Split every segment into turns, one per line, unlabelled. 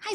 Hi,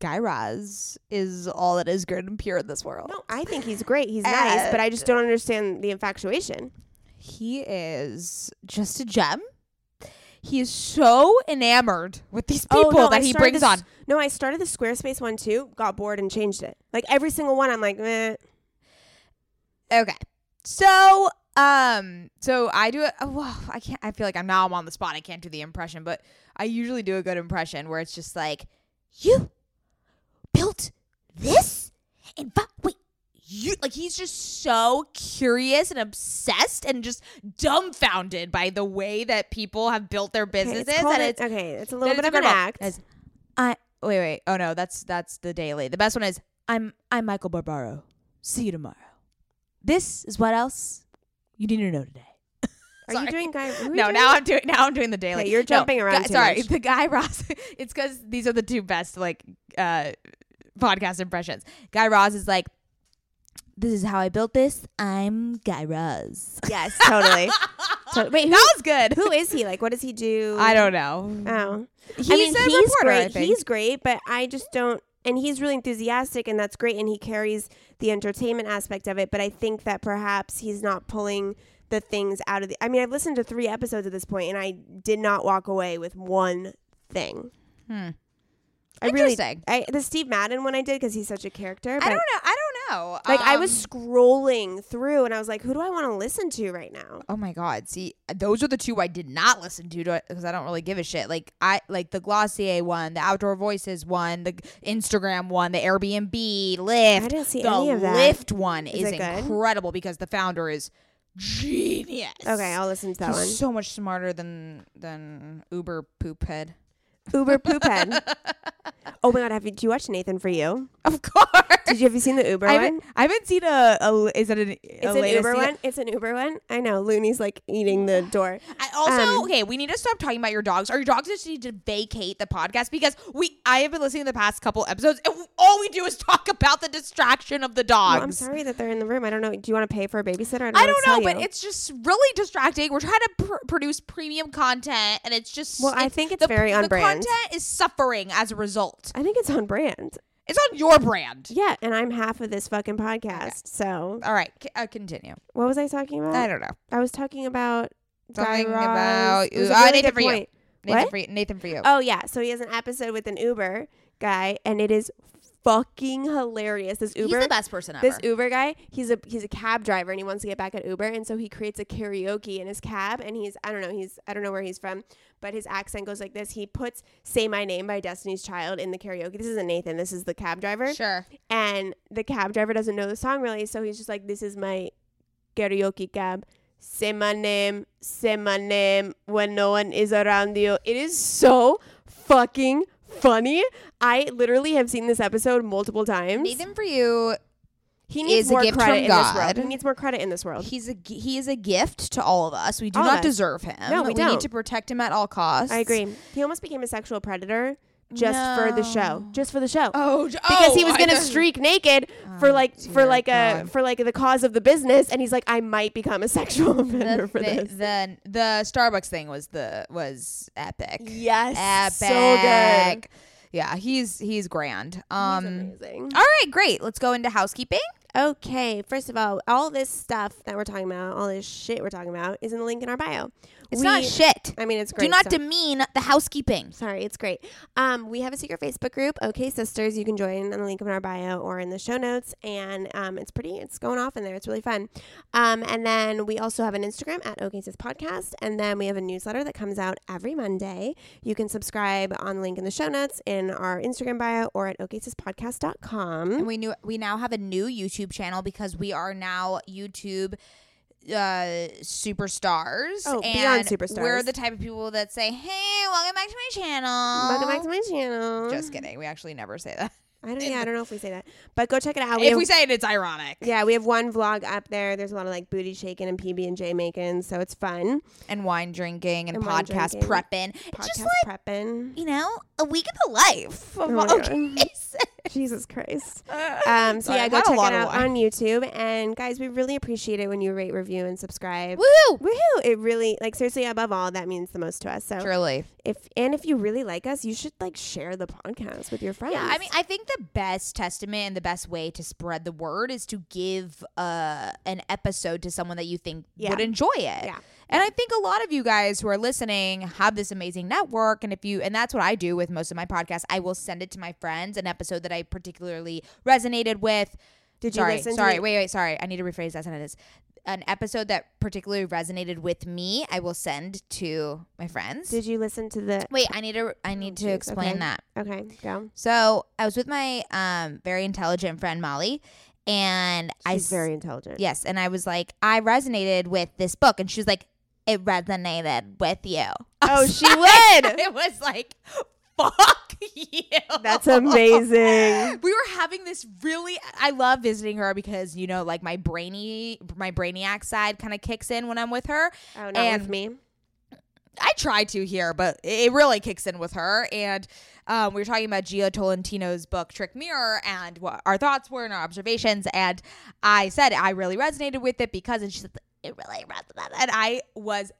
Guy Raz is all that is good and pure in this world.
No, I think he's great. He's nice, but I just don't understand the infatuation.
He is just a gem. He is so enamored with these people
Oh, I
that he
started
brings
this-
on.
No, I started the Squarespace one too, got bored and changed it. Like every single one, I'm like, meh.
Okay. So, um, so I do it. Oh, wow, I can't. I feel like I'm now. I'm on the spot. I can't do the impression, but I usually do a good impression where it's just like, you built this, and but wait, you like he's just so curious and obsessed and just dumbfounded by the way that people have built their
Okay,
businesses.
it's called
and
an-
it's
okay, it's a little bit
that
of
it's
an
incredible.
act.
As- I wait, wait. Oh no, that's that's the daily. The best one is I'm I'm Michael Barbaro. See you tomorrow. This is what else you need to know today.
Are
Sorry.
you doing guy? who are you
No,
doing?
now I'm doing now I'm doing the daily.
Okay, you're
No,
jumping around
Guy,
too
sorry,
much.
the guy Ross. It's because these are the two best like uh podcast impressions. Guy Raz is like, this is how I built this. I'm Guy Raz.
Yes, totally. So- wait, who,
That was good.
who is he? Like, what does he do?
I don't know.
Oh,
He's
I mean,
a
he's
reporter.
great.
I think.
He's great, but I just don't. And he's really enthusiastic, and that's great. And he carries the entertainment aspect of it. But I think that perhaps he's not pulling the things out of the. I mean, I've listened to three episodes at this point, and I did not walk away with one thing.
Hmm.
I really,
Interesting.
I the Steve Madden one I did because he's such a character. But
I don't know. I don't know.
Like I
Um,
was scrolling through, and I was like, "Who do I want to listen to right now?"
Oh my god! See, those are the two I did not listen to because I don't really give a shit. Like I like the Glossier one, the Outdoor Voices one, the Instagram one, the Airbnb, Lyft.
I didn't see
the
any of that.
Lyft one
Is
is
it good?
incredible because the founder is genius.
Okay, I'll listen to that
He's
one.
so much smarter than than Uber poop head.
Uber Poophead. oh my God, have you? Do you watch Nathan for You?
Of course.
Did you have you seen the Uber
I
one?
haven't, I haven't seen a, a is it an a
It's an
latest
Uber
season-
one. It's an Uber one. I know. Looney's like eating the door.
I also
Um,
okay. We need to stop talking about your dogs. Our dogs just need to vacate the podcast because we. I have been listening to the past couple episodes, and all we do is talk about the distraction of the dogs.
Well, I'm sorry that they're in the room. I don't know. Do you want to pay for a babysitter? I don't,
I
know,
don't
what to
know,
tell
but
you.
it's just really distracting. We're trying to pr- produce premium content, and it's just.
Well, I think it's very
the
on brand.
content is suffering as a result.
I think it's on brand.
It's on your brand.
Yeah, and I'm half of this fucking podcast. So
All right, c- uh, continue.
what was I talking about?
I don't know.
I was talking about Guy
Talking
Raz.
about-
It was a
Oh,
really
Nathan
good
for You.
point.
Nathan
What?
for you. Nathan for you.
Oh yeah, so he has an episode with an Uber guy, and it is fucking hilarious. This Uber,
He's the best person ever.
this Uber guy, he's a he's a cab driver, and he wants to get back at Uber, and so he creates a karaoke in his cab, and he's I don't know he's I don't know where he's from, but his accent goes like this. He puts "Say My Name" by Destiny's Child in the karaoke. This isn't Nathan. This is the cab driver,
sure.
and the cab driver doesn't know the song really, so he's just like, "This is my karaoke cab." Say my name, say my name when no one is around you. It is so fucking funny. I literally have seen this episode multiple times.
Nathan for you
He needs
is a
more
gift
credit
from
in this
God.
world. He needs more credit in this world.
He's a g- he is a gift to all of us. We do
All of
not
us.
deserve him.
No, we
need
don't.
to protect him at all costs.
I agree. He almost became a sexual predator just for the show.
No.
Just for the show.
Oh,
because he Oh, was gonna streak naked for like for
dear
like a
God.
for like the cause of the business, and he's like, I might become a sexual offender
The,
for
thi-
this.
the the Starbucks thing was the was epic.
Yes, so
Epic. Yeah, he's he's grand. Um.
He's amazing.
all right, great. Let's go into housekeeping.
Okay, first of all, all this stuff that we're talking about, all this shit we're talking about, is in the link in our bio.
It's
We-
not shit.
I mean, it's great.
Do not
stuff.
demean the housekeeping.
Sorry, it's great. Um, we have a secret Facebook group, OK Sisters. You can join on the link in our bio or in the show notes, and um, it's pretty. It's going off in there. It's really fun. Um, and then we also have an Instagram at OK Sis Podcast, and then we have a newsletter that comes out every Monday. You can subscribe on the link in the show notes in our Instagram bio or at
And
OKSisPodcast.com.
we knew we now have a new YouTube channel because we are now YouTube uh superstars.
Oh,
and
beyond superstars.
We're the type of people that say, Hey, welcome back to my channel.
Welcome back to my channel.
Just kidding. We actually never say that.
I don't. Yeah, I don't know if we say that, but go check it out. Oh, We
if
have-
we say it, it's ironic.
yeah, we have one vlog up there. There's a lot of like booty shaking and PB and J making, so it's fun.
And wine drinking and,
And wine
podcast
drinking.
prepping. It's
podcast
Just like,
prepping.
you know, a week of the life of
Oh my God.
okay.
Jesus Christ. Um, so
Sorry,
yeah,
I've
go
had a
check it
lot of
out
wine.
on YouTube. And guys, we really appreciate it when you rate, review, and subscribe.
Woo!
Woohoo! It really, like, seriously, above all, that means the most to us. So
Truly.
if and if you really like us, you should like share the podcast with your friends.
Yeah, I mean, I think the best testament and the best way to spread the word is to give uh, an episode to someone that you think
Yeah.
would enjoy it.
Yeah.
And I think a lot of you guys who are listening have this amazing network. And if you, and that's what I do with most of my podcasts, I will send it to my friends, an episode that I particularly resonated with.
Did you
sorry,
listen to
Sorry,
the-
wait, wait, sorry. I need to rephrase that sentence. An episode that particularly resonated with me, I will send to my friends.
Did you listen to the?
wait, I need to, I need to
jeez,
explain
okay.
that.
Okay, go.
So I was with my um, very intelligent friend Molly, and I
She's
s-
very intelligent.
yes, and I was like, I resonated with this book, and she was like, it resonated with you. I
Oh,
was
she
like-
would.
It was like, fuck you.
That's amazing.
We were having this really. I love visiting her because you know, like my brainy, my brainiac side kind of kicks in when I'm with her,
Oh, not
And-
with me.
I try to here, but it really kicks in with her. And um, we were talking about Gio Tolentino's book Trick Mirror and what our thoughts were and our observations. And I said I really resonated with it because, and she said it really resonated. And I was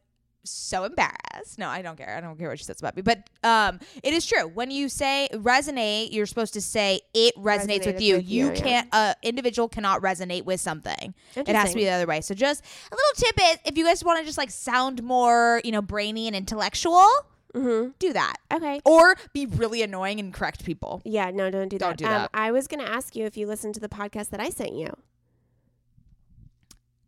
so embarrassed. No, I don't care. I don't care what she says about me. But um, it is true. When you say resonate, you're supposed to say it resonates
Resonated
with you.
with
you
you, yeah.
can't. Uh, individual cannot resonate with something. It has to be
Interesting.
the other way. So just a little tidbit. If you guys want to just like sound more, you know, brainy and intellectual,
Mhm.
do that.
Okay.
Or be really annoying and correct people.
Yeah, no, don't do that.
Don't do
um,
that.
I was going to ask you if you listened to the podcast that I sent you.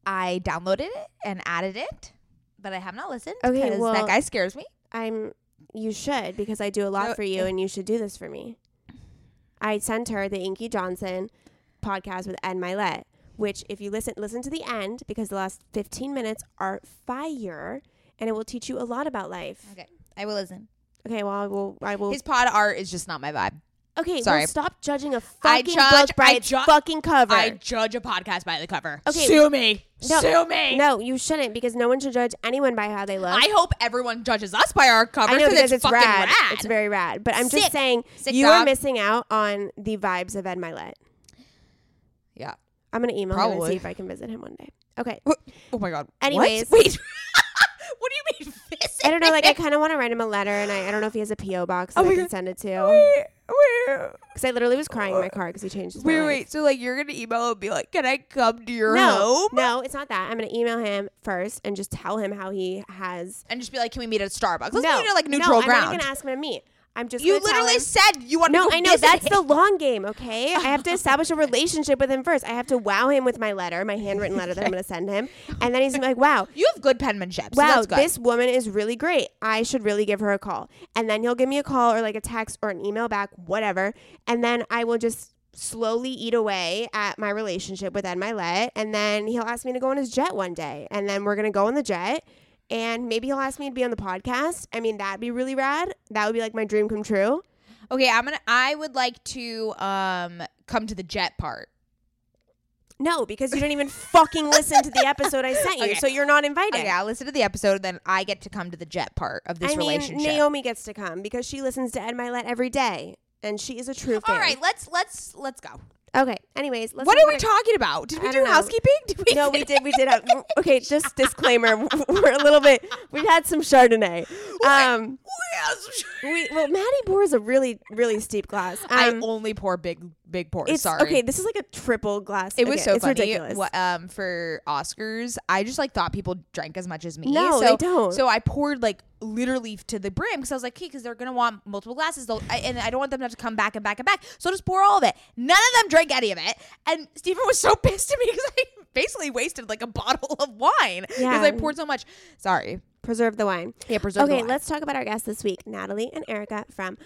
I downloaded it and added it, but I have not listened
Okay,
because
well-
that guy scares me.
I'm you should because I do a lot
No,
for you
if-
and you should do this for me. I sent her the Inky Johnson podcast with Ed Milet, which if you listen listen to the end because the last 15 minutes are fire and it will teach you a lot about life.
Okay. I will listen.
Okay, well I will I will
His pod art is just not my vibe.
Okay,
sorry.
well stop judging a
I
fucking
judge-
book by
I
its
ju-
fucking cover.
I judge a podcast by the cover.
Okay.
Sue me.
No,
Sue me.
no, you shouldn't because no one should judge anyone by how they look.
I hope everyone judges us by our cover
I know because
because
it's
fucking
rad.
rad.
It's very rad. But I'm just
Sick.
saying,
Sick
you are
dog.
missing out on the vibes of Ed Milet.
yeah.
I'm gonna email him and
Probably.
see if I can visit him one day. Okay.
Oh my god. What?
Anyways.
Wait. what do you mean visit?
I don't know. Like, I kind of want to write him a letter, and I, I don't know if he has a PO box
Oh
that I
my
can
God.
send it to.
wait, wait,
Because I literally was crying in my car because he changed his
wait,
mind.
wait. So like, you're gonna email and be like, "Can I come to your
No,
home?"
no, it's not that. I'm gonna email him first and just tell him how he has.
And just be like, "Can we meet at Starbucks?" Let's
no,
meet at like
no,
neutral
I'm not
ground.
even gonna ask him to meet. I'm just
you
gonna tell
literally
him-
said you want
No,
to.
I know that's the long game. Okay, I have to establish a relationship with him first. I have to wow him with my letter, my handwritten letter that I'm gonna send him, and then he's gonna be like, "Wow,
You have good penmanship. so
wow,
that's good.
this woman is really great. I should really give her a call. And then he'll give me a call or like a text or an email back, whatever. And then I will just slowly eat away at my relationship with Ed Milet. And then he'll ask me to go on his jet one day. And then we're going to go on the jet. And maybe he'll ask me to be on the podcast. I mean, that'd be really rad. That would be like my dream come true.
okay, I'm gonna. I would like to um come to the jet part.
No, because you didn't even fucking listen to the episode I sent you.
Okay.
So you're not invited.
Okay, I'll listen to the episode, then I get to come to the jet part of this
I mean,
relationship.
Naomi gets to come because she listens to Ed Milet every day. And she is a true fan.
All right, let's let's let's go.
Okay. Anyways, let's
what
move
are we
on.
talking about? Did we
I
do
don't know.
housekeeping? Did we
No, we did. We did. Have, okay. Just disclaimer. We're a little bit. We've had some Chardonnay. Um. We well, Maddie pours a really, really steep glass.
I
Um,
only pour big big pours.
it's
sorry.
okay. This is like a triple glass.
It was
Okay,
so
it's
funny.
Ridiculous.
wh- um, for Oscars, I just like thought people drank as much as me. so,
No, they don't.
So I poured like literally to the brim because I was like, okay, because they're gonna want multiple glasses, they'll- I, and I don't want them to have to come back and back and back. So I'll just pour all of it. None of them drank any of it, and Stephen was so pissed at me because I basically wasted like a bottle of wine because
Yeah.
I poured so much. Sorry.
Preserve the wine.
Yeah, preserve
Okay,
the wine.
let's talk about our guests this week, Natalie and Erica from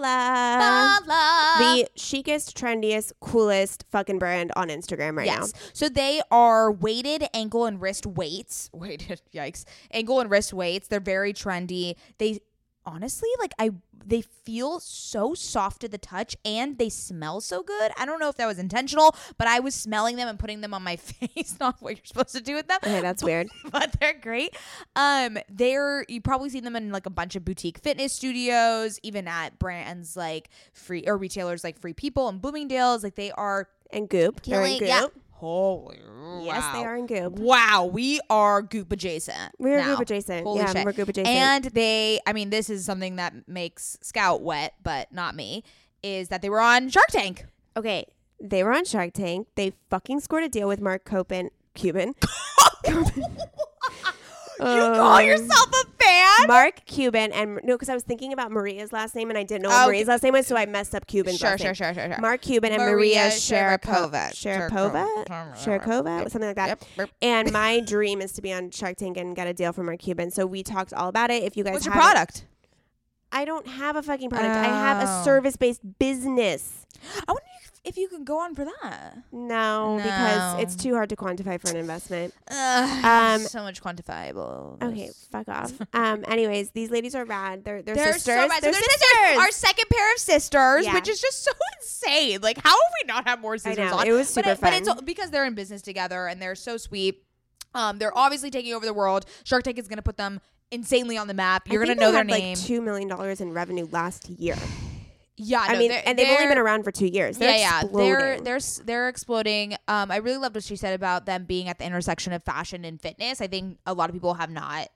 Bala,
Bala.
the chicest, trendiest, coolest fucking brand on Instagram right
Yes. So they are weighted ankle and wrist weights. Weighted, yikes. Ankle and wrist weights. They're very trendy. They honestly, like I they feel so soft to the touch and they smell so good. I don't know if that was intentional, but I was smelling them and putting them on my face, not what you're supposed to do with them.
now. Okay, that's weird.
but they're great. Um, they're you probably seen them in like a bunch of boutique fitness studios, even at brands like free or retailers like Free People and Bloomingdale's. Like they are
And goop. They're in
Killing- yeah.
goop.
Holy
Yes, they
wow.
are in goop.
Wow, we are goop adjacent.
We are
now.
group adjacent.
Holy
yeah,
shit.
we're group adjacent.
And they, I mean, this is something that makes Scout wet, but not me. Is that they were on Shark Tank?
okay, they were on Shark Tank. They fucking scored a deal with Mark Copen, Cuban.
you call
Um,
yourself a fan?
Mark Cuban and no, because I was thinking about Maria's last name and I didn't know what
Oh,
Maria's last name was, so I messed up Cuban's
Sure,
last
sure,
name.
sure, sure, sure.
Mark Cuban and Maria,
Maria
Sharapova.
Sharapova.
Sharapova?
Sharapova.
Sharapova? Something like that.
Yep, yep.
And my dream is to be on Shark Tank and get a deal from Mark Cuban. So we talked all about it. If you guys
What's your
haven't-
product?
I don't have a fucking product. I have a
Oh.
service based business.
I wonder if you can go on for that.
No, because
No.
it's too hard to quantify for an investment.
Ugh,
Um,
so much quantifiable.
Okay, fuck off. Um, anyways, these ladies are rad. They're they're,
They're
sisters.
so bad. So
They're
they're sisters. Our second pair of sisters,
Yeah.
which is just so insane. Like, how have we not had more sisters
know,
on?
it was
but,
super
but it's
fun.
all- because they're in business together and they're so sweet. Um, they're obviously taking over the world. Shark Tank is going to put them insanely on the map.
I
You're going to
think they
know their
had,
name.
Like two million dollars in revenue last year.
yeah,
I
no,
mean,
they're-
and they've only
they're-
been around for two years. They're
yeah,
exploding.
yeah, they're they're s- they're exploding. Um, I really loved what she said about them being at the intersection of fashion and fitness. I think a lot of people have not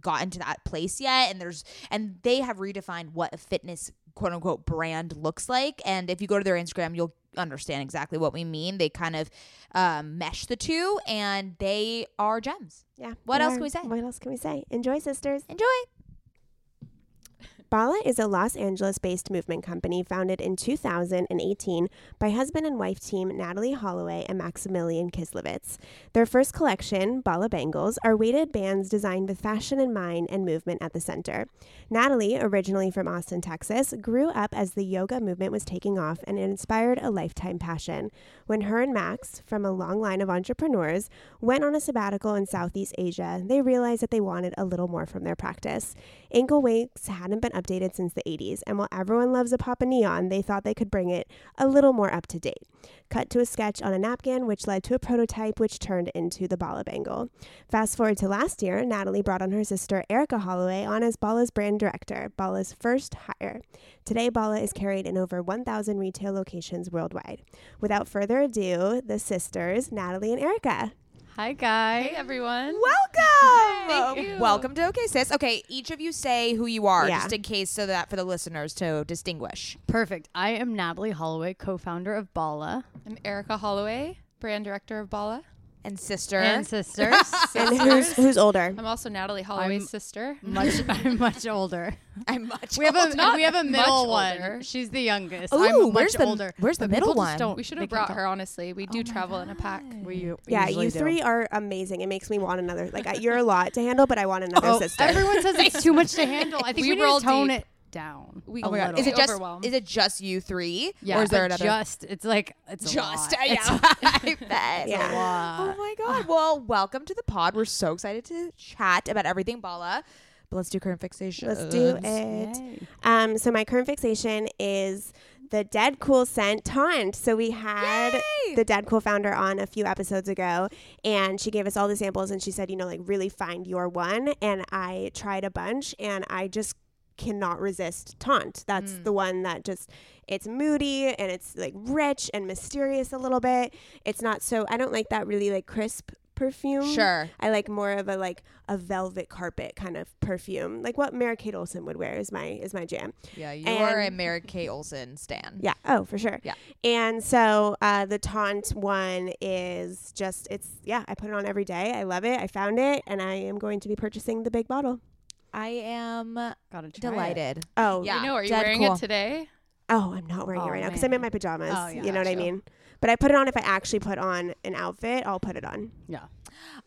gotten to that place yet, and there's and they have redefined what a fitness quote unquote brand looks like. And if you go to their Instagram, you'll understand exactly what we mean. They kind of um, mesh the two, and they are gems.
yeah.
What
they
else
are.
can we say?
What else can we say? Enjoy, sisters.
Enjoy.
Bala is a Los Angeles based movement company founded in 2018 by husband and wife team Natalie Holloway and Maximilian Kislevitz. Their first collection, Bala Bangles, are weighted bands designed with fashion in mind and movement at the center. Natalie, originally from Austin, Texas, grew up as the yoga movement was taking off and it inspired a lifetime passion. When her and Max, from a long line of entrepreneurs, went on a sabbatical in Southeast Asia, they realized that they wanted a little more from their practice. Ankle weights hadn't been updated since the 80s, and while everyone loves a pop of neon, they thought they could bring it a little more up to date. Cut to a sketch on a napkin, which led to a prototype, which turned into the Bala Bangle. Fast forward to last year, Natalie brought on her sister Erica Holloway on as Bala's brand director, Bala's first hire. Today, Bala is carried in over 1,000 retail locations worldwide. Without further ado, the sisters, Natalie and Erica.
Hi, guys. Hey, everyone.
Welcome.
Thank you.
Welcome to OK Sis. Okay, each of you say who you are,
Yeah.
just in case, so that for the listeners to distinguish.
Perfect. I am Natalie Holloway, co founder of Bala
I'm Erica Holloway, brand director of Bala.
And sister.
and sisters.
And who's, who's older?
I'm also Natalie Holloway's
I'm-
sister.
much, I'm much older.
I'm much.
We have a
Not
we have a middle
much
one.
older.
She's the youngest.
Ooh,
I'm much
where's the-
older.
where's the
but
middle
people
one?
Just don't,
We should
they
have
can't
brought
tell.
her, honestly. We
Oh
do travel in a pack.
We, u- we
Yeah,
usually
you
do.
three are amazing. It makes me want another. Like I- you're a lot to handle, but I want another
Oh,
sister.
everyone says it's too much to handle. I think
We
we, need
roll
to tone
deep.
it down.
We
a
Oh my God.
little.
Is it just?
Overwhelmed.
Is it just you three?
yeah,
Or is there
but
another?
Just it's like it's a
Just.
lot. It's
Yeah. I bet.
a
Yeah.
lot.
Oh my God. Well, welcome to the pod. We're so excited to chat about everything, Bala. But let's do current fixation.
Let's do it.
Yay.
Um, so my current fixation is the Dead Cool scent taunt. So we had
Yay!
the Dead Cool founder on a few episodes ago, and she gave us all the samples, and she said, you know, like really find your one. And I tried a bunch, and I just cannot resist taunt. That's the one that just it's moody and it's like rich and mysterious a little bit. It's not so I don't like that really like crisp perfume.
Sure.
I like more of a like a velvet carpet kind of perfume, like what Mary Kate Olsen would wear is my is my jam.
Yeah, you are a
And-
Mary Kay Olsen stan.
Yeah. Oh, for sure.
Yeah.
And so uh, the taunt one is just it's yeah. I put it on every day. I love it. I found it, and I am going to be purchasing the big bottle.
I am
Gotta try it.
delighted.
Oh
Yeah.
I know. Are you
Dead
wearing
cool.
it today?
Oh, I'm not wearing it
Oh,
right now because I'm in
man.
my pajamas.
Oh, yeah,
you know what I
gotcha.
mean. But I put it on if I actually put on an outfit. I'll put it on.
Yeah.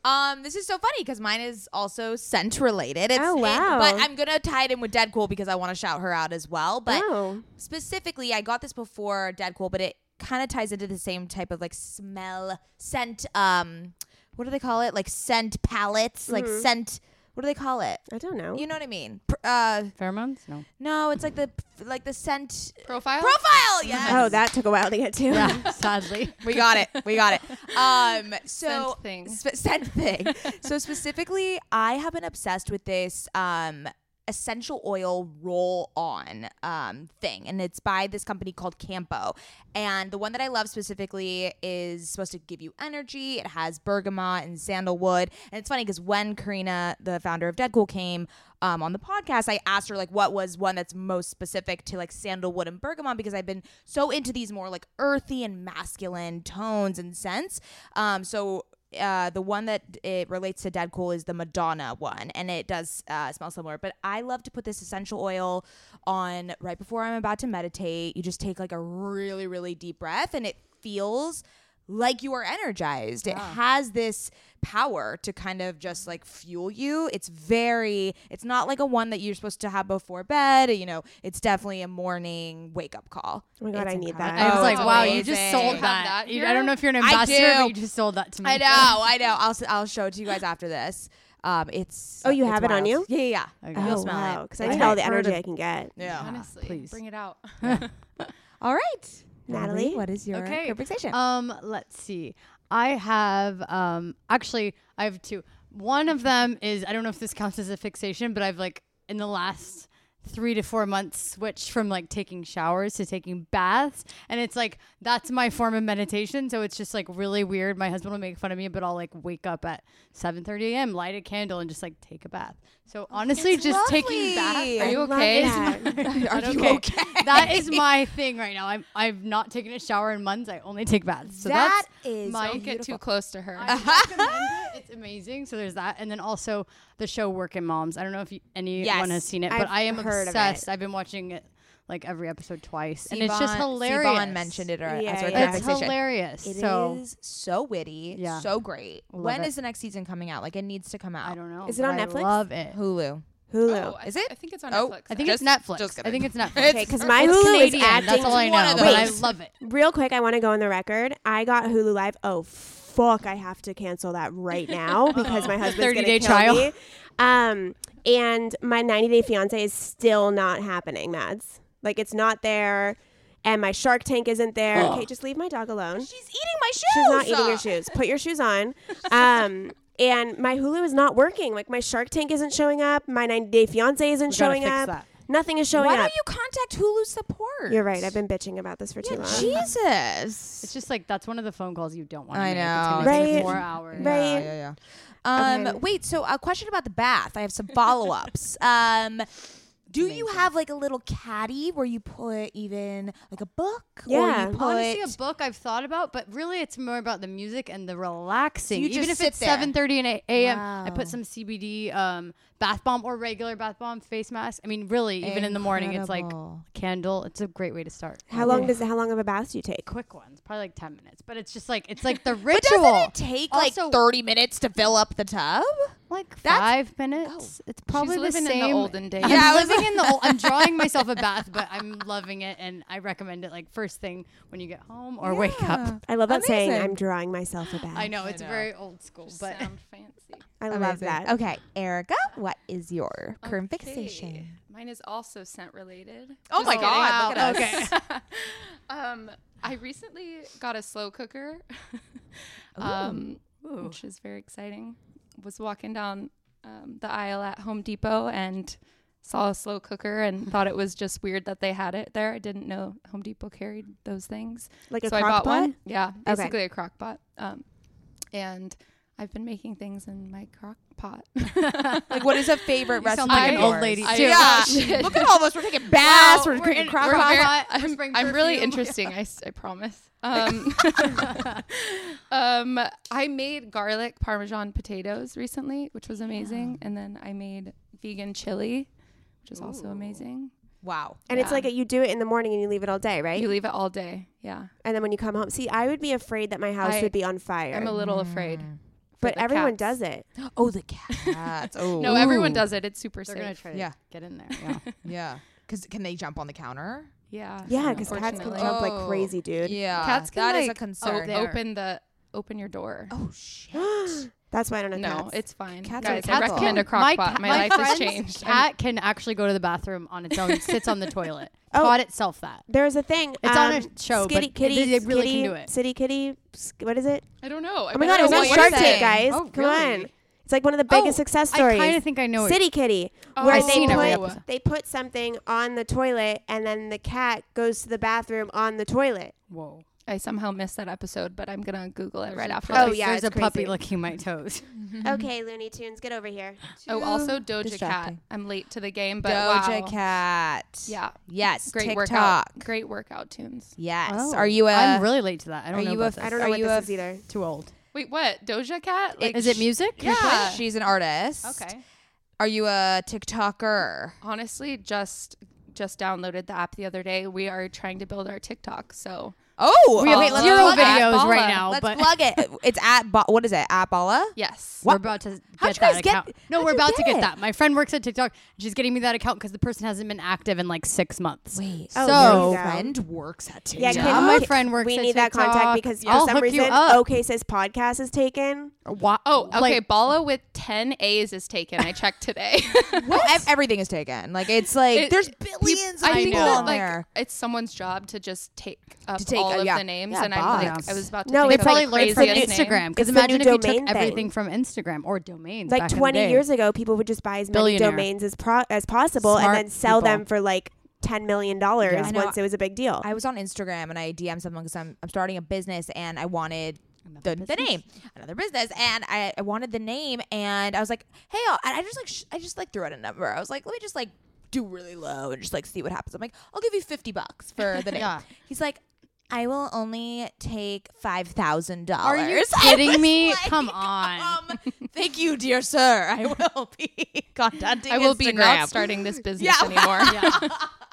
Um, this is so funny because mine is also scent related. It's,
Oh,
it-
wow.
but I'm gonna tie it in with Dead Cool because I want to shout her out as well. But
oh,
specifically, I got this before Dead Cool, but it kind of ties into the same type of like smell, scent. Um, what do they call it? Like scent palettes, like
Mm-hmm.
scent. What do they call it?
I don't know.
You know what I mean? Pr- Uh,
Pheromones? No.
no, it's like the like the scent
Profile?
profile. Yeah.
oh, that took a while to get to.
Yeah. Sadly.
We got it. We got it. Um, so
Scent thing.
sp- scent thing. so specifically, I have been obsessed with this um essential oil roll on um thing, and it's by this company called Campo. And the one that I love specifically is supposed to give you energy. It has bergamot and sandalwood, and it's funny because when Karina, the founder of Deadcool, came um, on the podcast, I asked her like what was one that's most specific to like sandalwood and bergamot because I've been so into these more like earthy and masculine tones and scents. Um, so uh, the one that it relates to Dead Cool is the Madonna one, and it does uh, smell similar. But I love to put this essential oil on right before I'm about to meditate. You just take like a really, really deep breath, and it feels like you are energized. It has this power to kind of just like fuel you. It's very, it's not like a one that you're supposed to have before bed. You know, it's definitely a morning wake up call.
Oh my God,
It's
I need
incredible.
that.
I was
Oh,
like,
it's
wow, you just
amazing.
sold
You have
that.
that
You- I
here?
don't know if you're an
I
ambassador,
do.
but you just sold that to me.
I know, I know. I'll s- I'll show it to you guys after this. Um, it's
Oh, you
it's
have it on
wild.
you?
Yeah, yeah, yeah.
Okay.
You'll
oh,
smell
wow.
it.
Because I
It's
need all
wild.
the energy I can get.
Yeah.
Honestly,
please.
bring it out.
All right,
Natalie?
what is your
Okay.
conversation?
Um, let's see. I have um actually I have two. One of them is I don't know if this counts as a fixation, but I've like in the last three to four months switched from like taking showers to taking baths. And it's like that's my form of meditation. So it's just like really weird. My husband will make fun of me, but I'll like wake up at seven thirty AM, light a candle and just like take a bath. So honestly, just taking baths.
Are
I
you
love
okay?
that.
Are
That
you
okay?
okay?
that is my thing right now. I'm I've not taken a shower in months. I only take baths. So
That
that's
is
my
Don't get too close to her.
I recommend it. It's amazing. So there's that, and then also the show Working Moms. I don't know if you, anyone
Yes,
has seen it,
I've
but I am
heard of it.
obsessed. I've been watching it like every episode twice, and it's just
Siobhan-
hilarious.
Siobhan mentioned it or-
Yeah,
as our
yeah.
third
It's
fixation.
hilarious.
It is
so
so witty,
Yeah.
so great.
Love
When is
it.
the next season coming out? Like it needs to come out.
I don't know.
Is it
but
on
I
Netflix?
Love it.
Hulu.
Hulu.
Oh, I-
Is it?
I think it's on
Oh,
Netflix.
I think
Just-
it's Netflix.
just
I think
kidding.
it's Netflix.
Okay, because my Hulu
Canadian.
is acting.
That's all I know.
one of
But I
those.
love it.
Real quick, I want to go on the record. I got Hulu Live. Oh fuck, I have to cancel that right now because my husband's 30
30-day trial.
Me. Um, and my 90 Day Fiance is still not happening, Mads. Like it's not there, and my Shark Tank isn't there. Okay, just leave my dog alone.
She's eating my shoes.
She's not eating your shoes. Put your shoes on. Um, and my Hulu is not working. Like my Shark Tank isn't showing up. My 90 Day Fiance isn't
We gotta
showing
fix
up.
that.
Nothing is showing
Why
up.
don't you contact Hulu support?
You're right. I've been bitching about this for too long.
Jesus.
It's just like that's one of the phone calls you don't want. to
I
make. It's
know.
gonna take
Right.
Four hours.
Right.
Yeah, yeah, yeah. Um,
Okay.
Wait, so a question about the bath. I have some follow ups. um, do you have like a little caddy where you put even like a book? Or
Yeah.
you put,
Honestly, a book I've thought about, but really it's more about the music and the relaxing.
you
Even
just
if
sit
it's
there.
7:30 and 8 a.m., I
Wow.
put some CBD um, bath bomb or regular bath bomb face mask. I mean, really, even in the morning, it's like
Incredible.
candle. It's a great way to start.
How long does how long of a bath do you take?
Quick ones, probably like 10 minutes, but it's just like it's like the
But
ritual.
doesn't it take
Also-
like 30 minutes to fill up the tub?
like
That's-
five minutes? It's probably
living
the
in the
same.
olden days.
I'm
Yeah,
I was-
living in the. Old, I'm drawing myself a bath, but I'm loving it, and I recommend it like first thing when you get home or wake up.
I love that saying.
Amazing.
I'm drawing myself a bath.
I know it's very old school, but
sound fancy.
I love
Amazing.
that.
Okay, Erica, what is your current fixation?
Okay. Mine is also scent related.
Oh my God, look at
kidding. um, I recently got a slow cooker, um, which is very exciting. Was walking down um, the aisle at Home Depot and saw a slow cooker and thought it was just weird that they had it there. I didn't know Home Depot carried those things.
Like a
so I
crock
bought
pot?
one. Yeah,
Okay.
basically a crock pot. Um, and I've been making things in my crock pot.
Like, what is a favorite
You sound
recipe?
like
of
an old
yours?
lady,
I-
too.
yeah.
Yeah. Look at all of us. We're taking baths.
Wow,
we're
we're
drinking
in-
crock
we're
pot.
very-
I'm,
Spring
I'm really
perfume.
interesting. I, s- I promise. Um, um, I made garlic parmesan potatoes recently, which was amazing, and then I made vegan chili, which is also amazing.
Wow.
And it's
Yeah.
like a, you do it in the morning and you leave it all day, right?
You leave it all day. Yeah,
and then when you come home, see, I would be afraid that my house
I-
would be on fire.
I'm a little afraid. for
but
the
everyone
cats.
does it.
Oh, the cats. Oh,
No, everyone does it. It's super
They're gonna
safe.
try to
Yeah.
get in there. Yeah.
Yeah. Because can they jump on the counter?
Yeah.
Yeah, because cats can
Unfortunately.
Oh.
jump like crazy, dude.
Yeah.
Cats can
that is
like,
a concern.
o- open the open your door.
Oh, shit.
That's why I don't know.
no,
cats.
it's fine.
Cats are
Guys, I
cats.
recommend a
can-
crock pot.
ca-
My, life has
friend's
changed. I'm-
Cat can actually go to the bathroom on its own. Sits on the toilet.
Oh.
Taught itself that.
there's a thing.
It's
um,
on a show, but
Skitty
it-
kitty,
they really can
skitty-
do it.
City kitty. sk- What is it?
I don't know.
Oh my god,
don't
it was
know
on
what you're
Shark
saying.
Tank, guys.
Oh,
come
really?
on. It's like one of the biggest
Oh,
success stories.
I kind of think I know it.
City Kitty,
Oh,
where
I've
they
seen
put
every
episode.
they put something on the toilet, and then the cat goes to the bathroom on the toilet.
Whoa.
I somehow missed that episode, but I'm gonna Google it right after.
Oh,
this.
yeah,
There's
it's
a puppy
crazy.
licking my toes.
okay, Looney Tunes, get over here.
Oh, also Doja Cat.
distracting.
I'm late to the game, but
Doja
wow.
Cat.
Yeah.
Yes.
Great
TikTok.
workout. Great workout tunes.
Yes.
Oh.
Are you a?
I'm really late to that. I don't
are
know.
you a?
about this.
I don't know
are
what
you
this
a
is either.
Too old.
Wait, what? Doja Cat? Like,
Is it music?
Yeah.
She's an artist.
okay.
Are you a TikToker?
Honestly, just just downloaded the app the other day. We are trying to build our TikTok, so
Oh,
We have
wait, let's
zero
plug it.
videos
Bala.
right now,
Let's
but
plug it. It's at Ba- what is it? At Bala.
yes.
What?
we're about to
How'd
get
you
that
guys get-
account. No,
how'd
we're
you
about to
get
get
it?
that. My friend works at TikTok. and She's getting me that account because the person hasn't been active in like six months.
Wait.
Oh,
So-
there you go.
works at
Yeah,
TikTok. Oh,
Yeah.
can
My
we-
friend works
We
at
need that contact
TikTok.
because
I'll
for some
hook you
reason,
up.
OK says podcast is taken.
Wha-
Oh, okay.
like-
Bala with 10 A's is taken. I checked today.
Ev- everything is taken. Like it's like
It-
there's
it-
billions
I
of
think
people
that,
on
like,
there.
It's someone's job to just take up
To take,
all
uh,
of
yeah.
the names,
Yeah,
and I'm
bots.
like, I was about to.
No,
think
they
of,
probably
like,
learned from
craziest name.
Instagram
It's
because
the
imagine
new
if you took
domain thing.
everything from Instagram or domains
Like
back in the
20
day.
years ago, people would just buy as many
Billionaire.
domains as pro- as possible
Smart
and then sell
people.
them for like $10 million
I know.
once it was a big deal.
I was on Instagram and I DM someone because I'm I'm starting a business and I wanted. The, the
business?
name another business and I, I wanted the name and I was like hey I'll, and I just like sh- I just like threw out a number I was like let me just like do really low and just like see what happens I'm like I'll give you 50 bucks for the name
Yeah.
he's like I will only take five thousand
Are
dollars
you kidding me? Come on.
um, thank you dear sir I will be contacting
I will be
Instagram.
not starting this business anymore.
Yeah.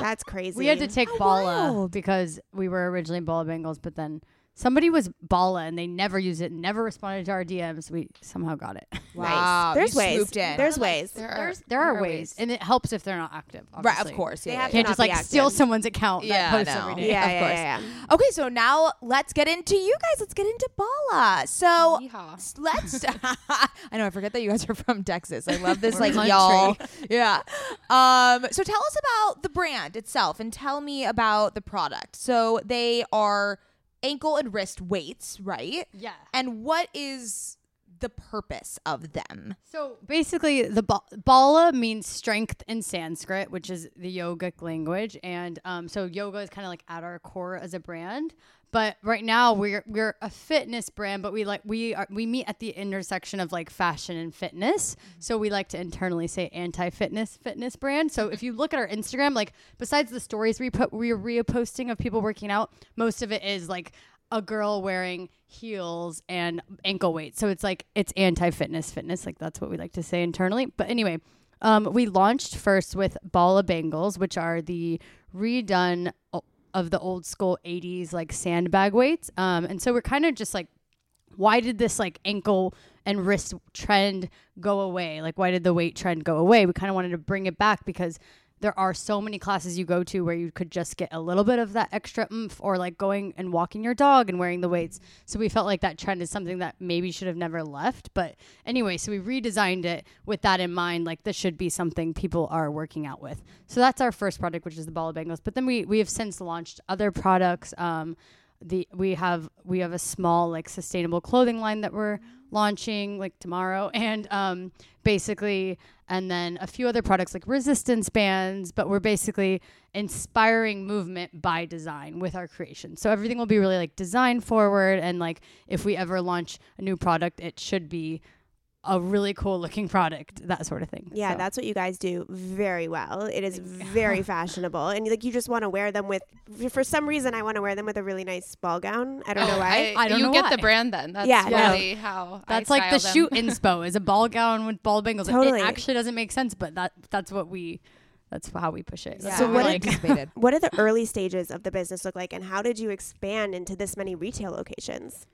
That's crazy.
We had to take Bala
wild.
because we were originally Bala Bengals, but then somebody was Bala and they never used it, never responded to our DMs. We somehow got it.
wow
There's
you
ways.
swooped in.
There's ways.
There are,
There's there are ways, and it helps if they're not active.
right of
obviously.
course
They
yeah, yeah,
have
You
yeah.
can't
Not
just
be
like
active.
steal someone's account
Yeah,
that posts
no.
every day.
Yeah,
of
yeah,
course.
yeah, yeah.
Okay, so now let's get into you guys. Let's get into Bala. So
Yeehaw.
s- let's. I know I forget that you guys are from Texas. I love this,
We're
like
country.
y'all. Yeah. Um. So tell us about the brand itself, and tell me about the product. So they are ankle and wrist weights, right?
Yeah.
And what is the purpose of them?
So basically, the ba- bala means strength in Sanskrit, which is the yogic language, and um, so yoga is kind of like at our core as a brand. But right now, we're we're a fitness brand, but we like we are we meet at the intersection of like fashion and fitness. So we like to internally say anti-fitness fitness brand. So if you look at our Instagram, like besides the stories we put we're reposting of people working out, most of it is like a girl wearing heels and ankle weights. So it's like it's anti-fitness fitness, like that's what we like to say internally. But anyway, um, we launched first with Bala Bangles, which are the redone o- of the old school 80s like sandbag weights. Um, and so we're kind of just like why did this like ankle and wrist trend go away? Like, why did the weight trend go away? We kind of wanted to bring it back because there are so many classes you go to where you could just get a little bit of that extra oomph or like going and walking your dog and wearing the weights. So we felt like that trend is something that maybe should have never left. But anyway, so we redesigned it with that in mind. Like, this should be something people are working out with. So that's our first product, which is the Bala Bangles. But then we, we have since launched other products. Um, the we have we have a small like sustainable clothing line that we're launching like tomorrow and um basically and then a few other products like resistance bands but we're basically inspiring movement by design with our creation so everything will be really like design forward and like if we ever launch a new product it should be a really cool looking product that sort of thing
Yeah,
So-
that's what you guys do very well. It is very fashionable, and like you just want to wear them with. For some reason, I want to wear them with a really nice ball gown. I don't know why.
Oh, I don't
Oh, you
know
get
why.
the brand then. That's
Yeah, no.
really how. I
That's like
style
the
them.
shoot inspo is a ball gown with ball bangles. It-
Totally.
It actually doesn't make sense, but that that's what we that's how we push it.
Yeah.
That's
So
we
what
like.
anticipated?
what did the early stages of the business look like, and how did you expand into this many retail locations?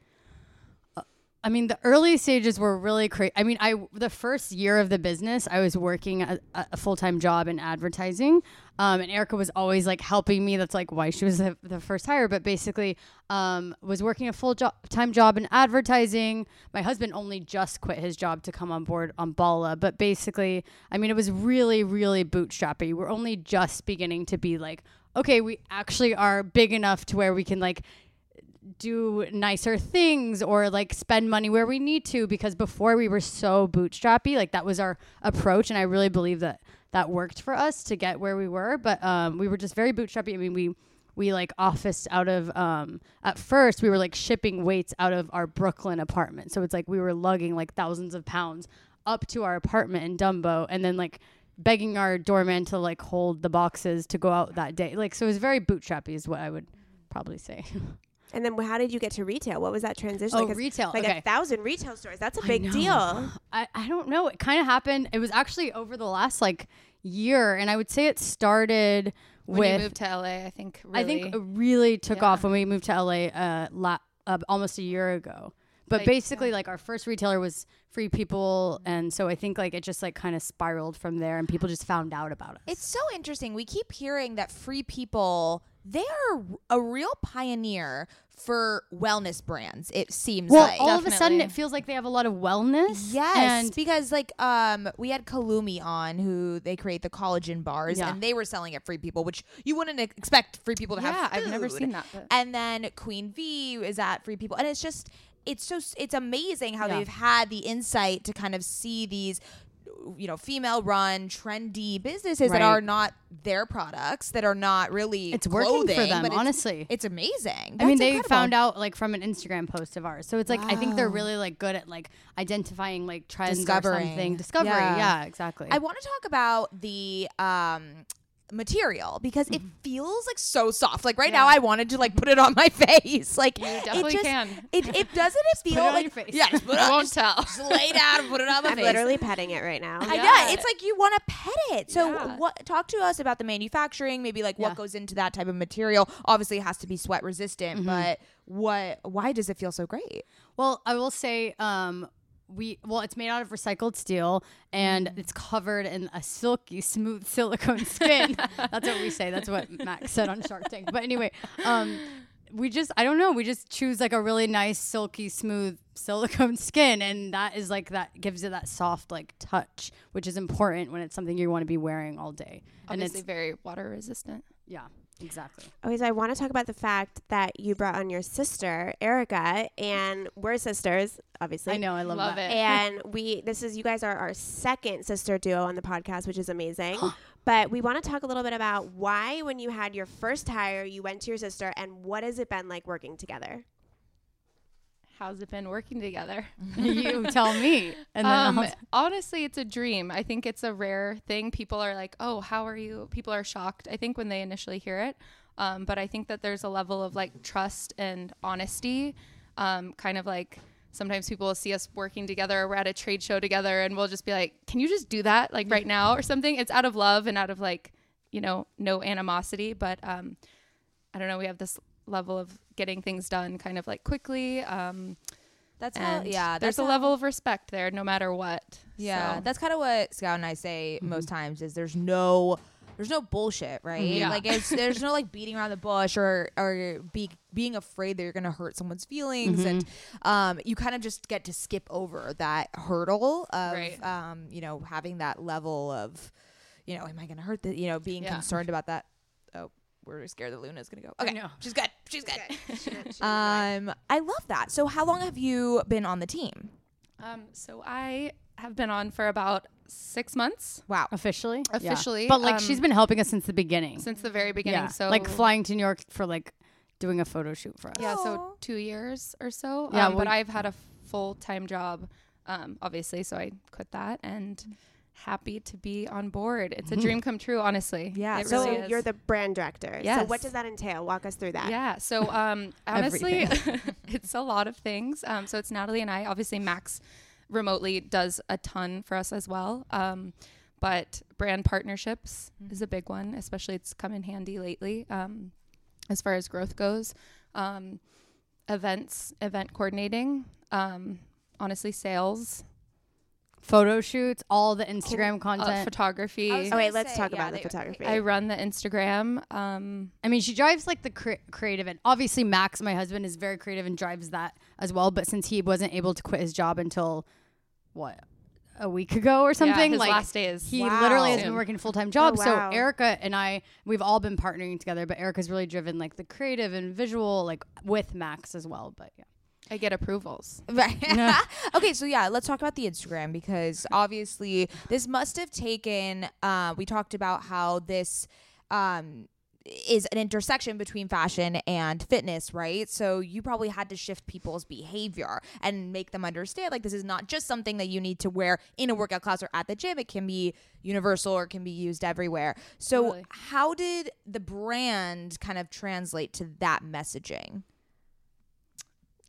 I mean, the early stages were really crazy. I mean, I the first year of the business, I was working a, a full time job in advertising, um, and Erica was always like helping me. That's like why she was the, the first hire. But basically, um, was working a full jo- time job in advertising. My husband only just quit his job to come on board on Bala, but basically, I mean, it was really, really bootstrappy. We're only just beginning to be like, okay, we actually are big enough to where we can like do nicer things or like spend money where we need to because before we were so bootstrappy like that was our approach and i really believe that that worked for us to get where we were but um, we were just very bootstrappy i mean we we like officed out of um, at first we were like shipping weights out of our brooklyn apartment so it's like we were lugging like thousands of pounds up to our apartment in dumbo and then like begging our doorman to like hold the boxes to go out that day like so it was very bootstrappy is what i would probably say
And then how did you get to retail? What was that transition?
Oh,
like, it's
retail,
Like
okay.
a thousand retail stores. That's a
I
big
know.
deal.
I, I don't know. It kind of happened. It was actually over the last like year, and I would say it started
When
with.
you moved to LA, I think. Really,
I think it really took
Yeah.
off when we moved to LA uh, la- uh, almost a year ago. But
Like,
basically, like our first retailer was Free People, and so I think like it just like kind of spiraled from there, and people just found out about us.
It's so interesting. We keep hearing that free people, they are a real pioneer for wellness brands, it seems
well,
like.
oh,
all of a sudden,
Definitely.
it feels like they have a lot of wellness.
Yes,
and
because like um we had Kalumi on who they create the collagen bars
Yeah.
and they were selling at Free People, which you wouldn't ex- expect Free People to
yeah,
have.
I've never
food.
seen that. But
And then Queen V is at Free People, and it's just it's so s- it's amazing how
Yeah.
they've had the insight to kind of see these you know female run trendy businesses
Right.
that are not their products that are not really
it's working for
clothing,
them.
but it's-
Honestly,
it's, amazing
I mean,
That's
they
incredible.
found out like from an Instagram post of ours. So it's like I think they're really like good at like identifying like trends or
Discovering.
something. Discovery,
Yeah.
yeah, exactly.
I want to talk about the um material because
Mm-hmm.
it feels like so soft. Like right now I wanted to like put it on my face. Like
you definitely
it just,
can.
It it doesn't it feel
it on
like
your face.
Yeah, just put it
I
on
won't tell.
just lay down and put it on my
I'm
face.
literally petting it right now.
I- yeah.
Yeah.
it's like you want to pet it. So
Yeah.
what talk to us about the manufacturing, maybe like what
Yeah.
goes into that type of material. Obviously it has to be sweat resistant, but what why does it feel so great?
Well, I will say, um, we well, it's made out of recycled steel and
Mm.
it's covered in a silky, smooth silicone skin. That's what we say. That's what Max said on Shark Tank. But anyway, um, we just I don't know. We just choose like a really nice, silky, smooth silicone skin, and that is like that gives it that soft like touch, which is important when it's something you want to be wearing all day. And
Obviously,
it's
very water resistant.
yeah, exactly.
Okay, so I want to talk about the fact that you brought on your sister, Erica, and we're sisters, obviously.
I know. I love,
Love
that.
it.
And we, this is, you guys are our second sister duo on the podcast, which is amazing. but we want to talk a little bit about why, when you had your first hire, you went to your sister, and what has it been like working together?
How's it been working together?
you tell me, and then
Um,
I'll-
honestly, it's a dream. I think it's a rare thing. People are like, "Oh, how are you?" People are shocked. I think when they initially hear it, um, but I think that there's a level of like trust and honesty, um, kind of like. Sometimes people will see us working together. We're at a trade show together, and we'll just be like, "Can you just do that, like right now, or something?" It's out of love and out of like, you know, no animosity. But um, I don't know. We have this level of getting things done, kind of like quickly. Um,
That's
and there's a level of respect there, no matter what.
Yeah,
So-
that's kind of what Scout and I say most times is there's no there's no bullshit, right?
Yeah.
Like it's, there's no like beating around the bush or or be, being afraid that you're going to hurt someone's feelings and um you kind of just get to skip over that hurdle of
Right.
um you know having that level of you know am I going to hurt the you know being
Yeah.
concerned about that oh we're scared that Luna's going to go.
I
Okay.
know.
She's good. She's good. um I love that. So how long have you been on the team?
Um, so I have been on for about six months
Wow.
Officially? Yeah.
Officially,
But like
um,
she's been helping us since the beginning.
since the very beginning.
Yeah.
So
like flying to New York for like doing a photo shoot for us.
yeah,
Aw.
so two years or so.
Yeah,
um,
well-
but I've had a full time job, um, obviously. So I quit that
Mm.
and happy to be on board. It's a dream come true, honestly.
Yeah,
it
so
really is.
you're the brand director. So
Yes.
what does that entail? Walk us through that.
Yeah. So um, honestly, it's a lot of things. Um, so it's Natalie and I. Obviously, Max remotely does a ton for us as well. Um, but brand partnerships is a big one, especially it's come in handy lately um, as far as growth goes. Um, events, event coordinating, um, honestly, sales,
Photo shoots, all the Instagram
uh,
content.
photography.
I was
Oh,
gonna
wait, let's
say,
talk
yeah,
about
they-
the photography.
I run the Instagram. Um,
I mean, she drives like the cre- creative and obviously Max, my husband, is very creative and drives that as well. But since he wasn't able to quit his job until what a week ago or something,
his
like
last day is
he
Wow.
literally has been
Soon.
working a full time job.
Oh, wow.
So Erica and I, we've all been partnering together, but Erica's really driven like the creative and visual, like with Max as well. But yeah.
I get approvals.
Right. okay, so yeah, let's talk about the Instagram because obviously this must have taken. Uh, we talked about how this um, is an intersection between fashion and fitness, right? So you probably had to shift people's behavior and make them understand like this is not just something that you need to wear in a workout class or at the gym. It can be universal or it can be used everywhere. So
Totally.
how did the brand kind of translate to that messaging?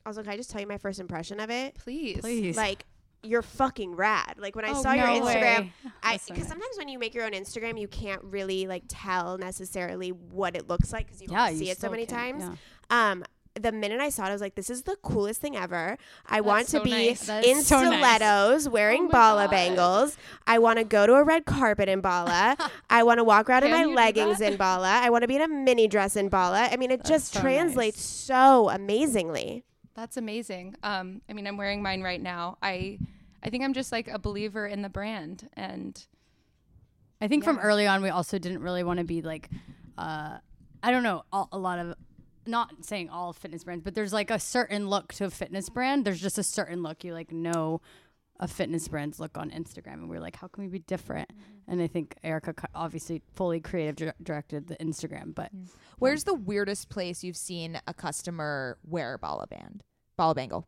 Also, can I just tell you my first impression of it?
Please.
Please.
Like, you're fucking rad. Like when I
Oh,
saw your
no
Instagram,
way.
I because
That's so nice.
sometimes when you make your own Instagram, you can't really like tell necessarily what it looks like because you
Yeah,
only
you
see it so
still
many
can't-
times.
yeah.
Um, the minute I saw it, I was like, "This is the coolest thing ever! I want to
so
be
nice. Oh
That
in
is so nice.
stilettos, wearing
my
bala
God.
bangles. I want to go to a red carpet in bala. I want to walk around in
Can
my
you do
leggings
that?
in bala. I want to be in a mini dress in bala. I mean, it just
so nice.
translates so amazingly.
That's amazing. Um, I mean, I'm wearing mine right now. I, I think I'm just like a believer in the brand, and
I think from early on, we also didn't really want to be like, uh, I don't know, all, a lot of, not saying all fitness brands, but there's like a certain look to a fitness brand. There's just a certain look you like know a fitness brand's look on Instagram. And we are like, how can we be different? And I think Erica cu- obviously fully creative dir- directed the Instagram, but
Where's the weirdest place you've seen a customer wear a bala band? Bala bangle.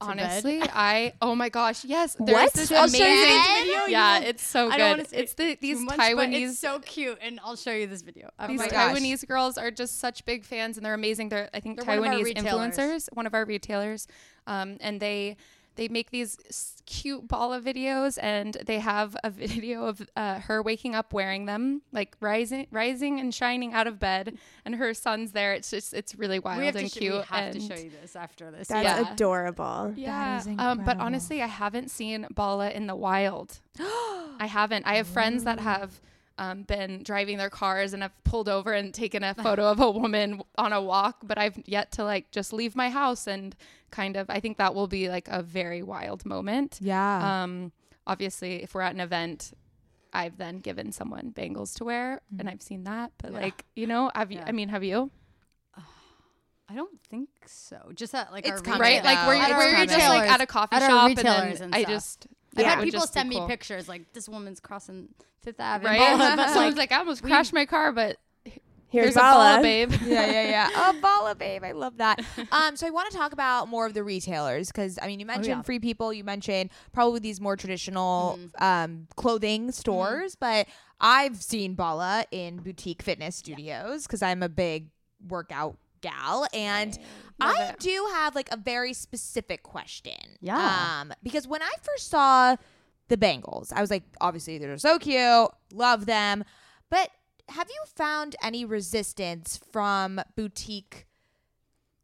To bed?
honestly, I oh my gosh, yes, there's
What?
this
I'll show
amazing
you this video, you
Yeah,
will-
it's so
I
good.
don't wanna say
it's the these
Too much, but
Taiwanese
it's so cute. And I'll show you this video. Oh
These
my
gosh.
Taiwanese girls are just such big fans, and they're amazing. They're I think
They're one of our
Taiwanese
retailers.
influencers, one of our retailers, um, and they they make these s- cute bala videos, and they have a video of uh, her waking up wearing them, like rising rising and shining out of bed, and her son's there. It's just it's really wild
we have, to,
and
sh-
cute.
we have to
and
show you this after this.
That's
Yeah.
adorable.
yeah,
is
um, but
incredible.
honestly, I haven't seen bala in the wild. I haven't. I have friends that have um, been driving their cars and have pulled over and taken a photo of a woman on a walk, but I've yet to like just leave my house and kind of. I think that will be like a very wild moment.
Yeah.
Um, obviously, if we're at an event, I've then given someone bangles to wear,
Mm.
and I've seen that. But
Yeah.
like, you know, have you?
Yeah.
I mean, have you?
I don't think so. Just at like
It's
our
coming
retail-
Right? Like, were
At
you,
our
were you just like
retailers.
at a coffee
At our
shop, and then
retailers and
I
stuff.
just.
I've
that
had
would
people
just be
send me
cool.
pictures like this woman's crossing Fifth Avenue. Blah,
right?
blah, blah.
Someone's like, I almost crashed my car, but
Here's,
here's a bala,
bala.
babe.
yeah, yeah, yeah. Oh, Bala Babe. I love that. Um, so I want to talk about more of the retailers because I mean, you mentioned
Oh, yeah.
Free People, you mentioned probably these more traditional
Mm-hmm.
um, clothing stores, but I've seen Bala in boutique fitness studios because I'm a big workout gal and I do have like a very specific question.
Yeah.
Um, because when I first saw the bangles, I was like, obviously they're so cute, love them, but have you found any resistance from boutique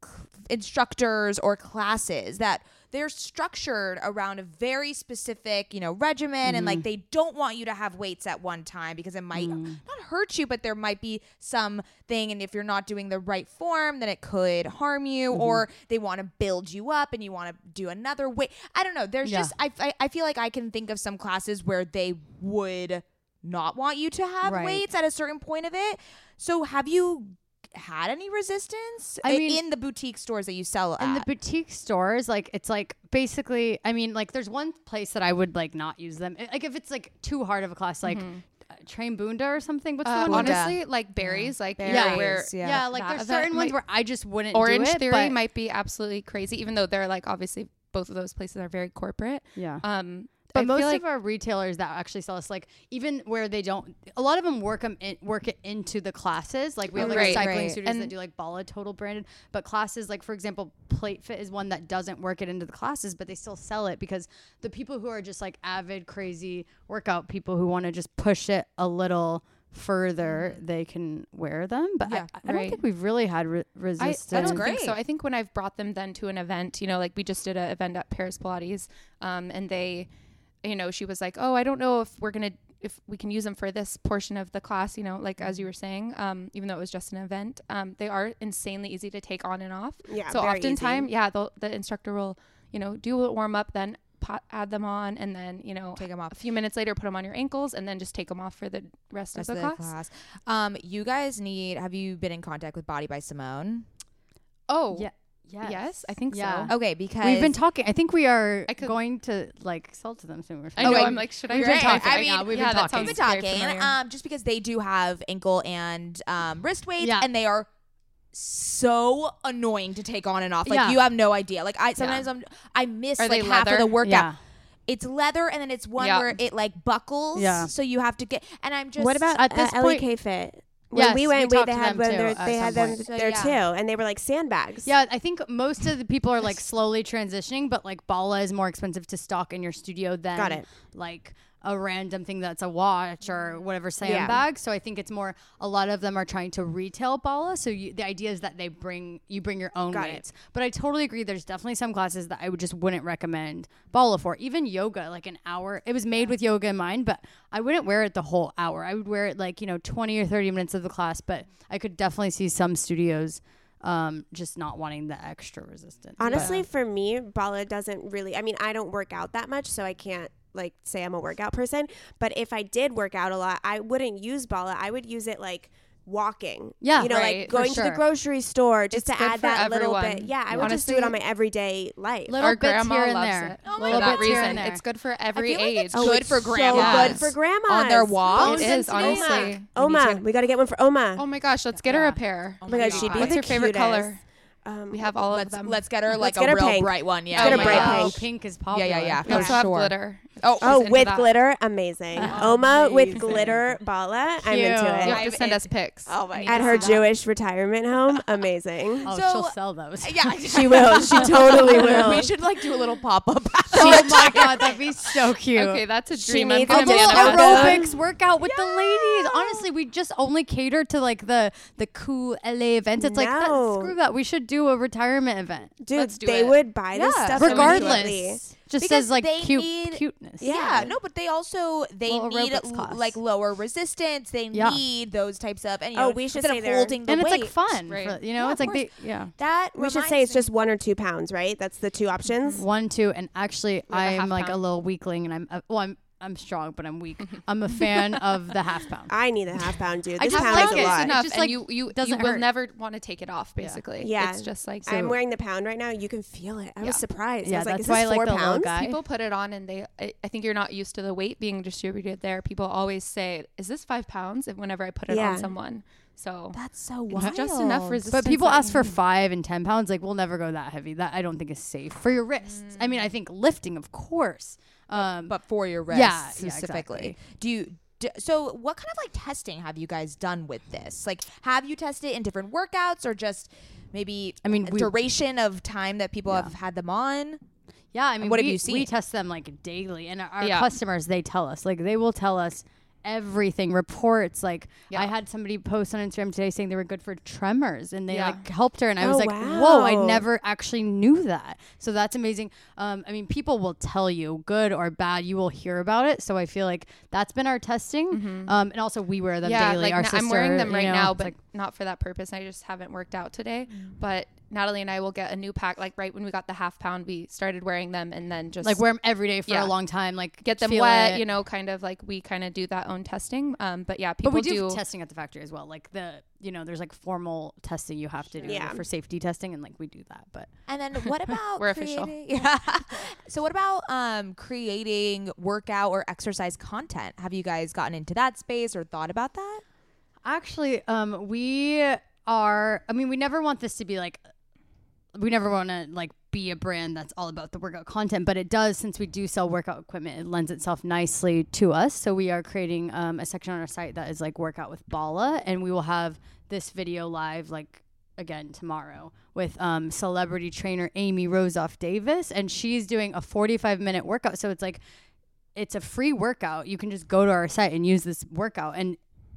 c- instructors or classes that they're structured around a very specific, you know, regimen and like they don't want you to have weights at one time because it might not hurt you, but there might be something and if you're not doing the right form, then it could harm you or they want to build you up and you want to do another weight. I don't know. There's
Yeah.
just I, I I feel like I can think of some classes where they would not want you to have
Right.
weights at a certain point of it. So have you had any resistance
I
I
mean-
in the boutique stores that you sell
And the
at?
boutique stores, like it's like basically, I mean, like there's one place that I would like not use them. I- Like if it's like too hard of a class, like uh, Train Boonda or something. What's
Mm-hmm. Uh,
the one?
honestly, like berries, like you know,
Yeah.
where
yeah.
yeah. like
that
there's
event
certain ones
might-
where I just wouldn't.
Orange
do it,
Theory
but-
might be absolutely crazy, even though they're like obviously both of those places are very corporate.
Yeah.
Um,
But
I
most
feel like
of our retailers that actually sell us, like even where they don't, a lot of them work 'em in, work it into the classes. Like we have like
Right,
cycling
right.
studios that
And-
do like Bala Total branded, but classes like for example, Plate Fit is one that doesn't work it into the classes, but they still sell it because the people who are just like avid, crazy workout people who want to just push it a little further, they can wear them. But I-
Yeah,
I,
Mm-hmm. right.
don't think we've really had re-
I,
resistance.
I don't
great.
think so. I think when I've brought them then to an event, you know, like we just did an event at Paris Pilates, um, and they, you know, she was like, "Oh, I don't know if we're gonna if we can use them for this portion of the class," you know, like as you were saying, um, even though it was just an event, um, they are insanely easy to take on and off.
Yeah,
So
very
oftentimes,
easy.
yeah, the the instructor will, you know, do a warm up, then pot, add them on, and then you know,
Take 'em off.
a few minutes later, put them on your ankles, and then just take them off for the rest,
Rest
of
of
the,
the
class.
class. Um, you guys need. Have you been in contact with Body by Simone?
Oh,
Yeah.
yes. I think
Yeah.
so.
Okay, because
We've been talking. I think we are
I could-
going to like sell to them soon or
I
something.
know.
Okay.
I'm like, should I?
We've
write
been
it?
talking.
I mean,
yeah, we've
yeah,
been talking.
that sounds
We've been
very
talking
familiar.
um, just because they do have ankle and um, wrist weights,
Yeah.
and they are so annoying to take on and off. Like
Yeah.
you have no idea. Like I sometimes I'm, I miss
Are
like
they
half of the
leather?
workout.
Yeah.
It's leather, and then it's one
Yeah.
where it like buckles.
Yeah.
So you have to get. And I'm just
What about
at
at
this
this
point-
LEK Fit? When
Yes,
we
we
went,
talked
they
to
had
them
them.
too
there-
at
they
some
had them
point.
So,
there
yeah.
too, and they were like sandbags.
Yeah, I think most of the people are like slowly transitioning, but like Bala is more expensive to stock in your studio than
Got it.
like a random thing that's a watch or whatever sandbag. So I think it's more a lot of them are trying to retail Bala. So you, the idea is that they bring you bring your own
Got it.
weights. But I totally agree. There's definitely some classes that I would just wouldn't recommend Bala for. Even yoga, like an hour. It was made with yoga in mind, but I wouldn't wear it the whole hour. I would wear it like you know 20 or 30 minutes of the class. But I could definitely see some studios um, just not wanting the extra resistance. But-
Honestly, for me, Bala doesn't really. I mean, I don't work out that much, so I can't like say I'm a workout person. But if I did work out a lot, I wouldn't use Bala. I would use it like walking.
Yeah,
you know,
right,
like
for
going to
sure.
the grocery store just
It's
to
good
add
for
that little
everyone.
bit. Yeah, I would just do
Honestly,
it on my everyday life.
little
Our
bits
grandma
here and
loves
there.
it. Oh
little
for that
bits here and
reason,
there.
it's good for every
like
age.
it's good
Oh, it's
for
So
grandmas.
good for grandmas
On their walk.
It
Bones
is honestly.
Oma, Oma. we got to get one for Oma. Oh
Oh my gosh, let's get her a pair.
my God, she'd be
What's
the
her favorite color?
cutest. Um,
We have all of
Let's
them.
let's get her like
get
a
her
real
pink.
bright one. Yeah.
Let's get
Oh
her
my
bright
gosh.
pink.
pink is
Yeah,
popular.
yeah, yeah.
We
For
also have
sure.
glitter.
Oh,
She's
Oh,
into
with
that.
glitter, amazing. Oma with glitter, Bala, I'm
Cute.
into
You
it.
have to
I've-
send
it-
us pics.
Oh my
At
God.
her Jewish retirement home, amazing.
Oh,
So-
she'll sell those.
Yeah.
She will. She totally
we
will.
should like do a little pop up.
oh my god, that'd be so cute.
Okay, that's a
She
dream. I'm
needs
gonna
to
be
do
an
a
ambassador.
photo.
aerobics workout with the ladies. Honestly, we just only cater to like the the cool LA events. It's like that,
No.
screw that. We should do a retirement event,
Dude,
Let's do
they
it.
would buy this
Yeah.
stuff
many
immediately.
regardless. Just
Because
as like
they
cute
need-
cuteness.
Yeah.
Yeah.
no, but they also they
Little
need
aerobics
l-
class.
like lower resistance. They
Yeah.
need those types of and you
Oh,
know,
we should
instead
say
of
they're-
holding the
and it's
weight.
like fun.
Right.
For, you know,
Yeah,
it's
of
like they yeah.
That
We should
reminds
say it's
me-
just one or two pounds, right? That's the two options.
One, two, and actually,
a half
I'm like a
pound.
little weakling, and I'm uh, well, I'm I'm strong, but I'm weak. I'm a fan of the half pound.
I need a half pound, dude.
I
This
just
pound
like
is
it.
a lot.
It's enough,
just,
and
like,
you you, you
doesn't
will
hurt.
never want to take it off. Basically,
Yeah.
it's just like
I'm
So-
wearing the pound right now. You can feel it. I was surprised. I
yeah,
was like,
that's
is
why I
this
like
four
the little
pounds?
guy.
people put it on, and they I, I think you're not used to the weight being distributed there. People always say, "Is this five pounds?" And whenever I put it
Yeah.
on someone, so
That's so wild.
it's just enough resistance.
But people
that
ask
you
for five and ten pounds. Like we'll never go that heavy. That I don't think is safe for your wrists. I mean, I think lifting, of course. Um,
but for your wrist
Yeah, yeah,
specifically.
exactly.
Do you do, so what kind of like testing have you guys done with this? Like have you tested in different workouts or just maybe
I mean, we-
duration of time that people
Yeah.
have had them on?
yeah, I mean,
what have
we,
you seen?
We test them like daily, and our, our
Yeah.
customers they tell us like they will tell us everything reports like i had somebody post on instagram today saying they were good for tremors and they
Yeah.
like helped her and i
Oh,
was like whoa i
wow.
never actually knew that so that's amazing um, i mean people will tell you good or bad you will hear about it so i feel like that's been our testing um, and also we wear them
Mm-hmm. yeah,
daily
like
our
n-
sister,
I'm wearing them
you
right
know,
now,
it's
but
like-
not for that purpose. I just haven't worked out today. But Natalie and I will get a new pack. Like right when we got the half pound, we started wearing them, and then just
like wear them every day for
Yeah.
a long time. Like
get them
feel
wet.
it.
You know, kind of like we kind of do that own testing. Um, but yeah, people
But we do,
do
testing at the factory as well. Like the you know, there's like formal testing you have to do
Yeah.
for safety testing, and like we do that. But
And then what about
We're official.
creating- Yeah. so what about um creating workout or exercise content? Have you guys gotten into that space or thought about that?
actually, um, we are. I mean, we never want this to be like we never want to like be a brand that's all about the workout content, but it does since we do sell workout equipment, it lends itself nicely to us. So we are creating um, a section on our site that is like workout with Bala, and we will have this video live like again tomorrow with um, celebrity trainer Amy Rosoff Davis, and she's doing a 45 minute workout. So it's like it's a free workout. You can just go to our site and use this workout and.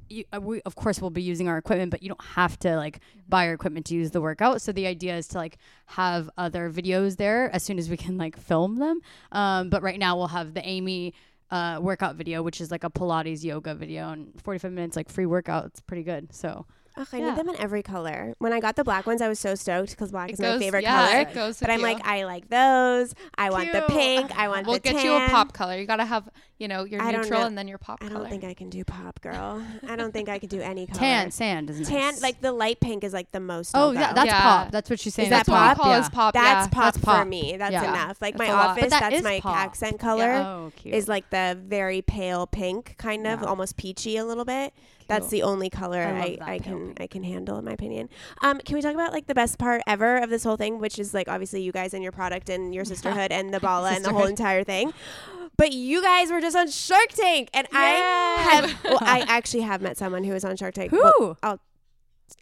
You, uh, we of course will be using our equipment, but you don't have to like
Mm-hmm.
buy our equipment to use the workout. So the idea is to like have other videos there as soon as we can like film them. Um, but right now we'll have the Amy uh, workout video, which is like a Pilates yoga video and 45 minutes like free workout. It's pretty good. So
Ugh, I
Yeah.
need them in every color. When I got the black ones, I was so stoked because black
It
is
goes-
my favorite
yeah,
color.
it goes
but
with
I'm
you.
like, I like those. I want the
Cute.
pink. I want
We'll
the
get
tan.
you a pop color. You gotta have, you know, your
I don't
neutral
know.
and then your pop
I
color.
don't think I can do pop, girl. I don't think I can do any color.
tan sand is nice.
Tan, like the light pink is like the most.
oh
I'll
yeah,
go.
that's
Yeah.
pop. That's what she's saying.
that
that's what we
pop?
call
yeah.
is pop.
that's,
yeah.
pop
that's pop.
for me. That's
Yeah.
enough. Like
That's
my
a lot.
office,
But that
that's
is
my
pop.
accent color.
Oh, cute.
Is like the very pale pink, kind of
Yeah.
almost peachy a little bit. That's
Cute.
the only color
I love
I,
that
I,
pale
can
pink.
I can handle, in my opinion. Um, can we talk about like the best part ever of this whole thing, which is like obviously you guys and your product and your sisterhood and the bala and the whole entire thing. But you guys were was on Shark Tank, and I have. Well, I actually have met someone who was on Shark Tank. Well,
Who?
I'll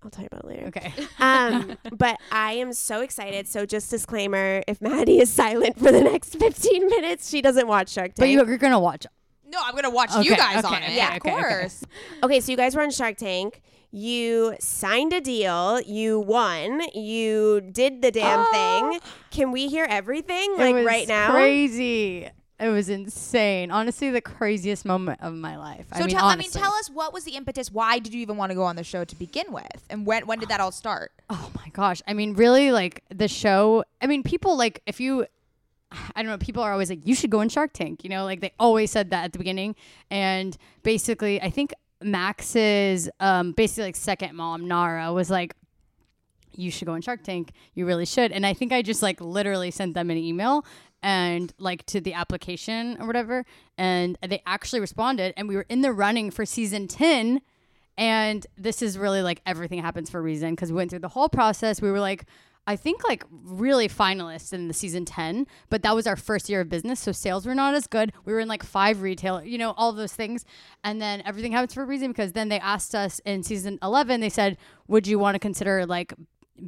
I'll tell you about it later.
Okay.
Um, but I am so excited. So just disclaimer: if Maddie is silent for the next 15 minutes, she doesn't watch Shark Tank.
But you, you're gonna watch.
No, I'm gonna watch you
Okay,
guys on
okay,
it.
Yeah,
of
okay, okay.
course.
Okay, so you guys were on Shark Tank. You signed a deal. You won. You did the damn thing. Can we hear everything
it
like
was
right now?
Crazy. It was insane. Honestly, the craziest moment of my life.
So
I mean,
tell,
honestly.
I mean, tell us what was the impetus? Why did you even want to go on the show to begin with? And when when did that all start?
Oh my gosh. I mean, really, like the show. I mean, people like, if you, I don't know, people are always like, you should go in Shark Tank. You know, like they always said that at the beginning. And basically, I think Max's um, basically like second mom, Nara, was like, you should go in Shark Tank. You really should. And I think I just like literally sent them an email and like to the application or whatever. And they actually responded. And we were in the running for season 10. And this is really like everything happens for a reason because we went through the whole process. We were like, I think like really finalists in the season 10, but that was our first year of business. So sales were not as good. We were in like five retail, you know, all those things. And then everything happens for a reason because then they asked us in season 11, they said, Would you want to consider like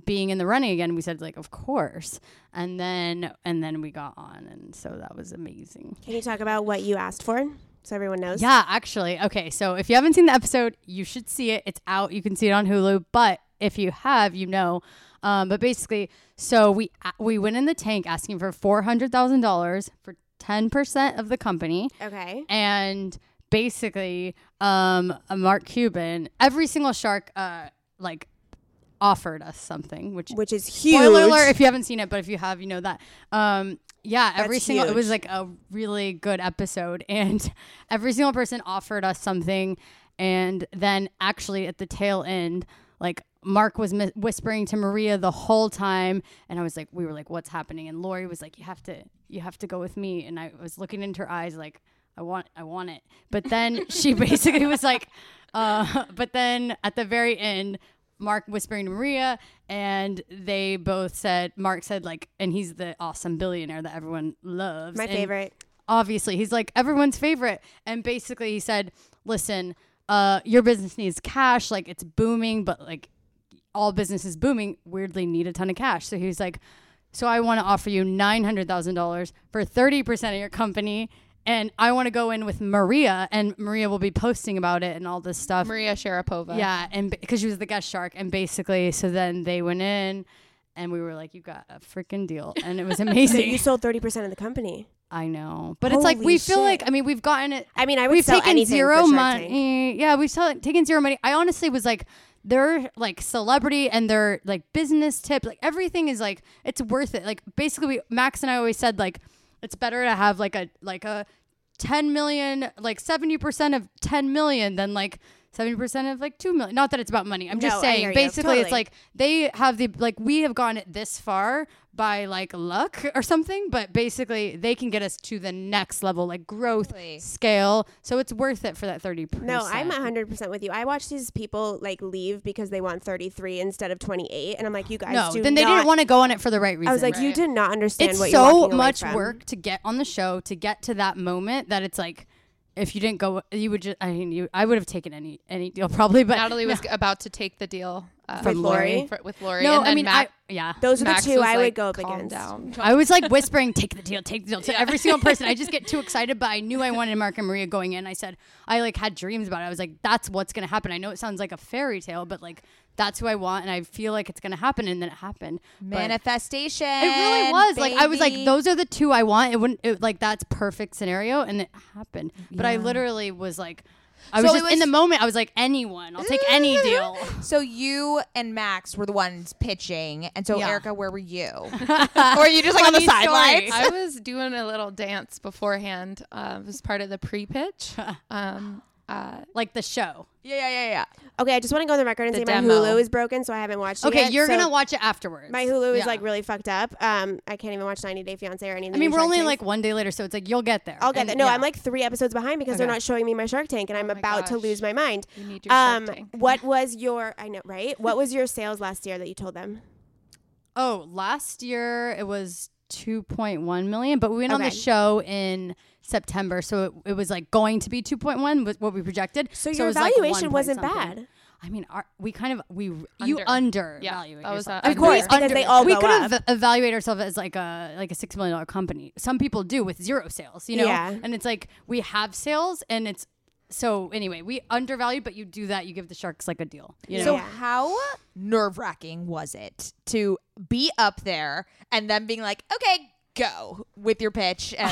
being in the running again? We said, like, of course. And then, and then we got on. And so that was amazing.
Can you talk about what you asked for so everyone knows?
Yeah, actually. Okay, so if you haven't seen the episode, you should see it. It's out. You can see it on Hulu. But if you have, you know. Um, but basically, so we we went in the tank asking for four hundred thousand dollars for ten percent of the company.
Okay.
And basically, um, uh, Mark Cuban, every single shark, uh, like, offered us something, which
Which is huge.
Spoiler alert if you haven't seen it, but if you have, you know that. Um, yeah, every
That's
single it was
huge.
like a really good episode, and every single person offered us something, and then actually at the tail end, like Mark was mi- whispering to Maria the whole time, and I was like, we were like, what's happening? And Lori was like, you have to, you have to go with me, and I was looking into her eyes like. I want, I want it. But then she basically was like, uh, but then at the very end, Mark whispering to Maria, and they both said, Mark said, like, and he's the awesome billionaire that everyone loves.
My
and
favorite.
Obviously, he's like everyone's favorite. And basically, he said, listen, uh, your business needs cash. Like, it's booming, but like, all businesses booming weirdly need a ton of cash. So he was like, so I want to offer you $900,000 for 30% of your company. And I want to go in with Maria, and Maria will be posting about it and all this stuff.
Maria Sharapova.
Yeah, and because she was the guest shark, and basically, so then they went in, and we were like, "You got a freaking deal," and it was
So you
amazing.
sold 30% of the company.
I know, but it's like we
Holy
feel like
shit.
I mean, we've gotten it.
I mean, I would
We've
sell
taken
anything
zero
for Shark Tank.
money. Yeah, we've sell, taken zero money. I honestly was like, their like celebrity and their like business tip, like everything is like it's worth it. Like basically, we, Max and I always said like it's better to have like a like a 10 million, like 70% of 10 million than like 70% of like 2 million. Not that it's about money. I'm just
No, I hear
saying
you.
basically
Totally.
it's like they have the like we have gone this far by like luck or something, but basically they can get us to the next level like growth
Totally.
scale. So it's worth it for that 30%.
No, I'm 100% with you. I watch these people like leave because they want 33 instead of 28 and I'm like, you guys
No,
do
then they
not-
didn't want to go on it for the right reason.
I was like, you did not understand
it's
what you're
so
walking away
much
from.
work to get on the show to get to that moment that it's like if you didn't go you would just i mean you i would have taken any any deal probably but
Natalie was about to take the deal uh,
From Lori?
for- with Lori.
no
and
i
then
mean
Mac,
i yeah
Those are
Max
the two
was
I
like,
would go up
"Calm
against.
Down.
I was like whispering, take the deal, take the deal to every single person. I just get too excited, but I knew I wanted Mark and Maria going in. I said, I like had dreams about it. I was like, that's what's going to happen. I know it sounds like a fairy tale, but like that's who I want. And I feel like it's going to happen. And then it happened. But-
Manifestation.
it really was like I was like
baby.
those are the two I want. It wouldn't it, like that's perfect scenario, and it happened. But I literally was like, I was
So it
just in
was-
the moment. I was like, anyone, I'll take any deal.
So you and Max were the ones pitching, and so
Yeah.
Erica, where were you? or you just like on the
Funny story.
sidelines?
I was doing a little dance beforehand. Uh, it was part of the pre-pitch. Um, uh,
Like the show.
Yeah, yeah, yeah, yeah.
Okay, I just want to go on the record and
The
say my
demo.
Hulu is broken, so I haven't watched it
Okay,
yet,
you're
so
gonna watch it afterwards.
My Hulu is
Yeah.
like really fucked up. Um, I can't even watch 90 Day Fiance or any. Of the
I mean,
new
we're
Shark
only
Tanks.
like one day later, so it's like you'll get there.
I'll get
And-
that. No,
yeah.
I'm like three episodes behind because they're
Okay.
not showing me my Shark Tank, and I'm
my
about to
gosh.
lose my mind.
you need your Shark
Um,
Tank.
what was your? I know, right? What was your sales last year that you told them?
oh, last year it was 2.1 million, but we went on the
Okay.
show in September, so it, it was like going to be 2.1 was what we projected.
So
it
your
was, like,
evaluation
1 point
wasn't
something.
bad.
I mean, our, we kind of we you
Under.
under
Yeah,
evaluate
that was uh,
yourself.
a Of course, under.
because they all
we
go
could
up.
ev- evaluate ourselves as like a like a six million dollar company. Some people do with zero sales, you know.
Yeah.
And it's like we have sales, and it's so anyway we undervalued, but you do that, you give the sharks like a deal. You know?
So
Yeah.
how nerve wracking was it to be up there and then being like, okay, go with your pitch? And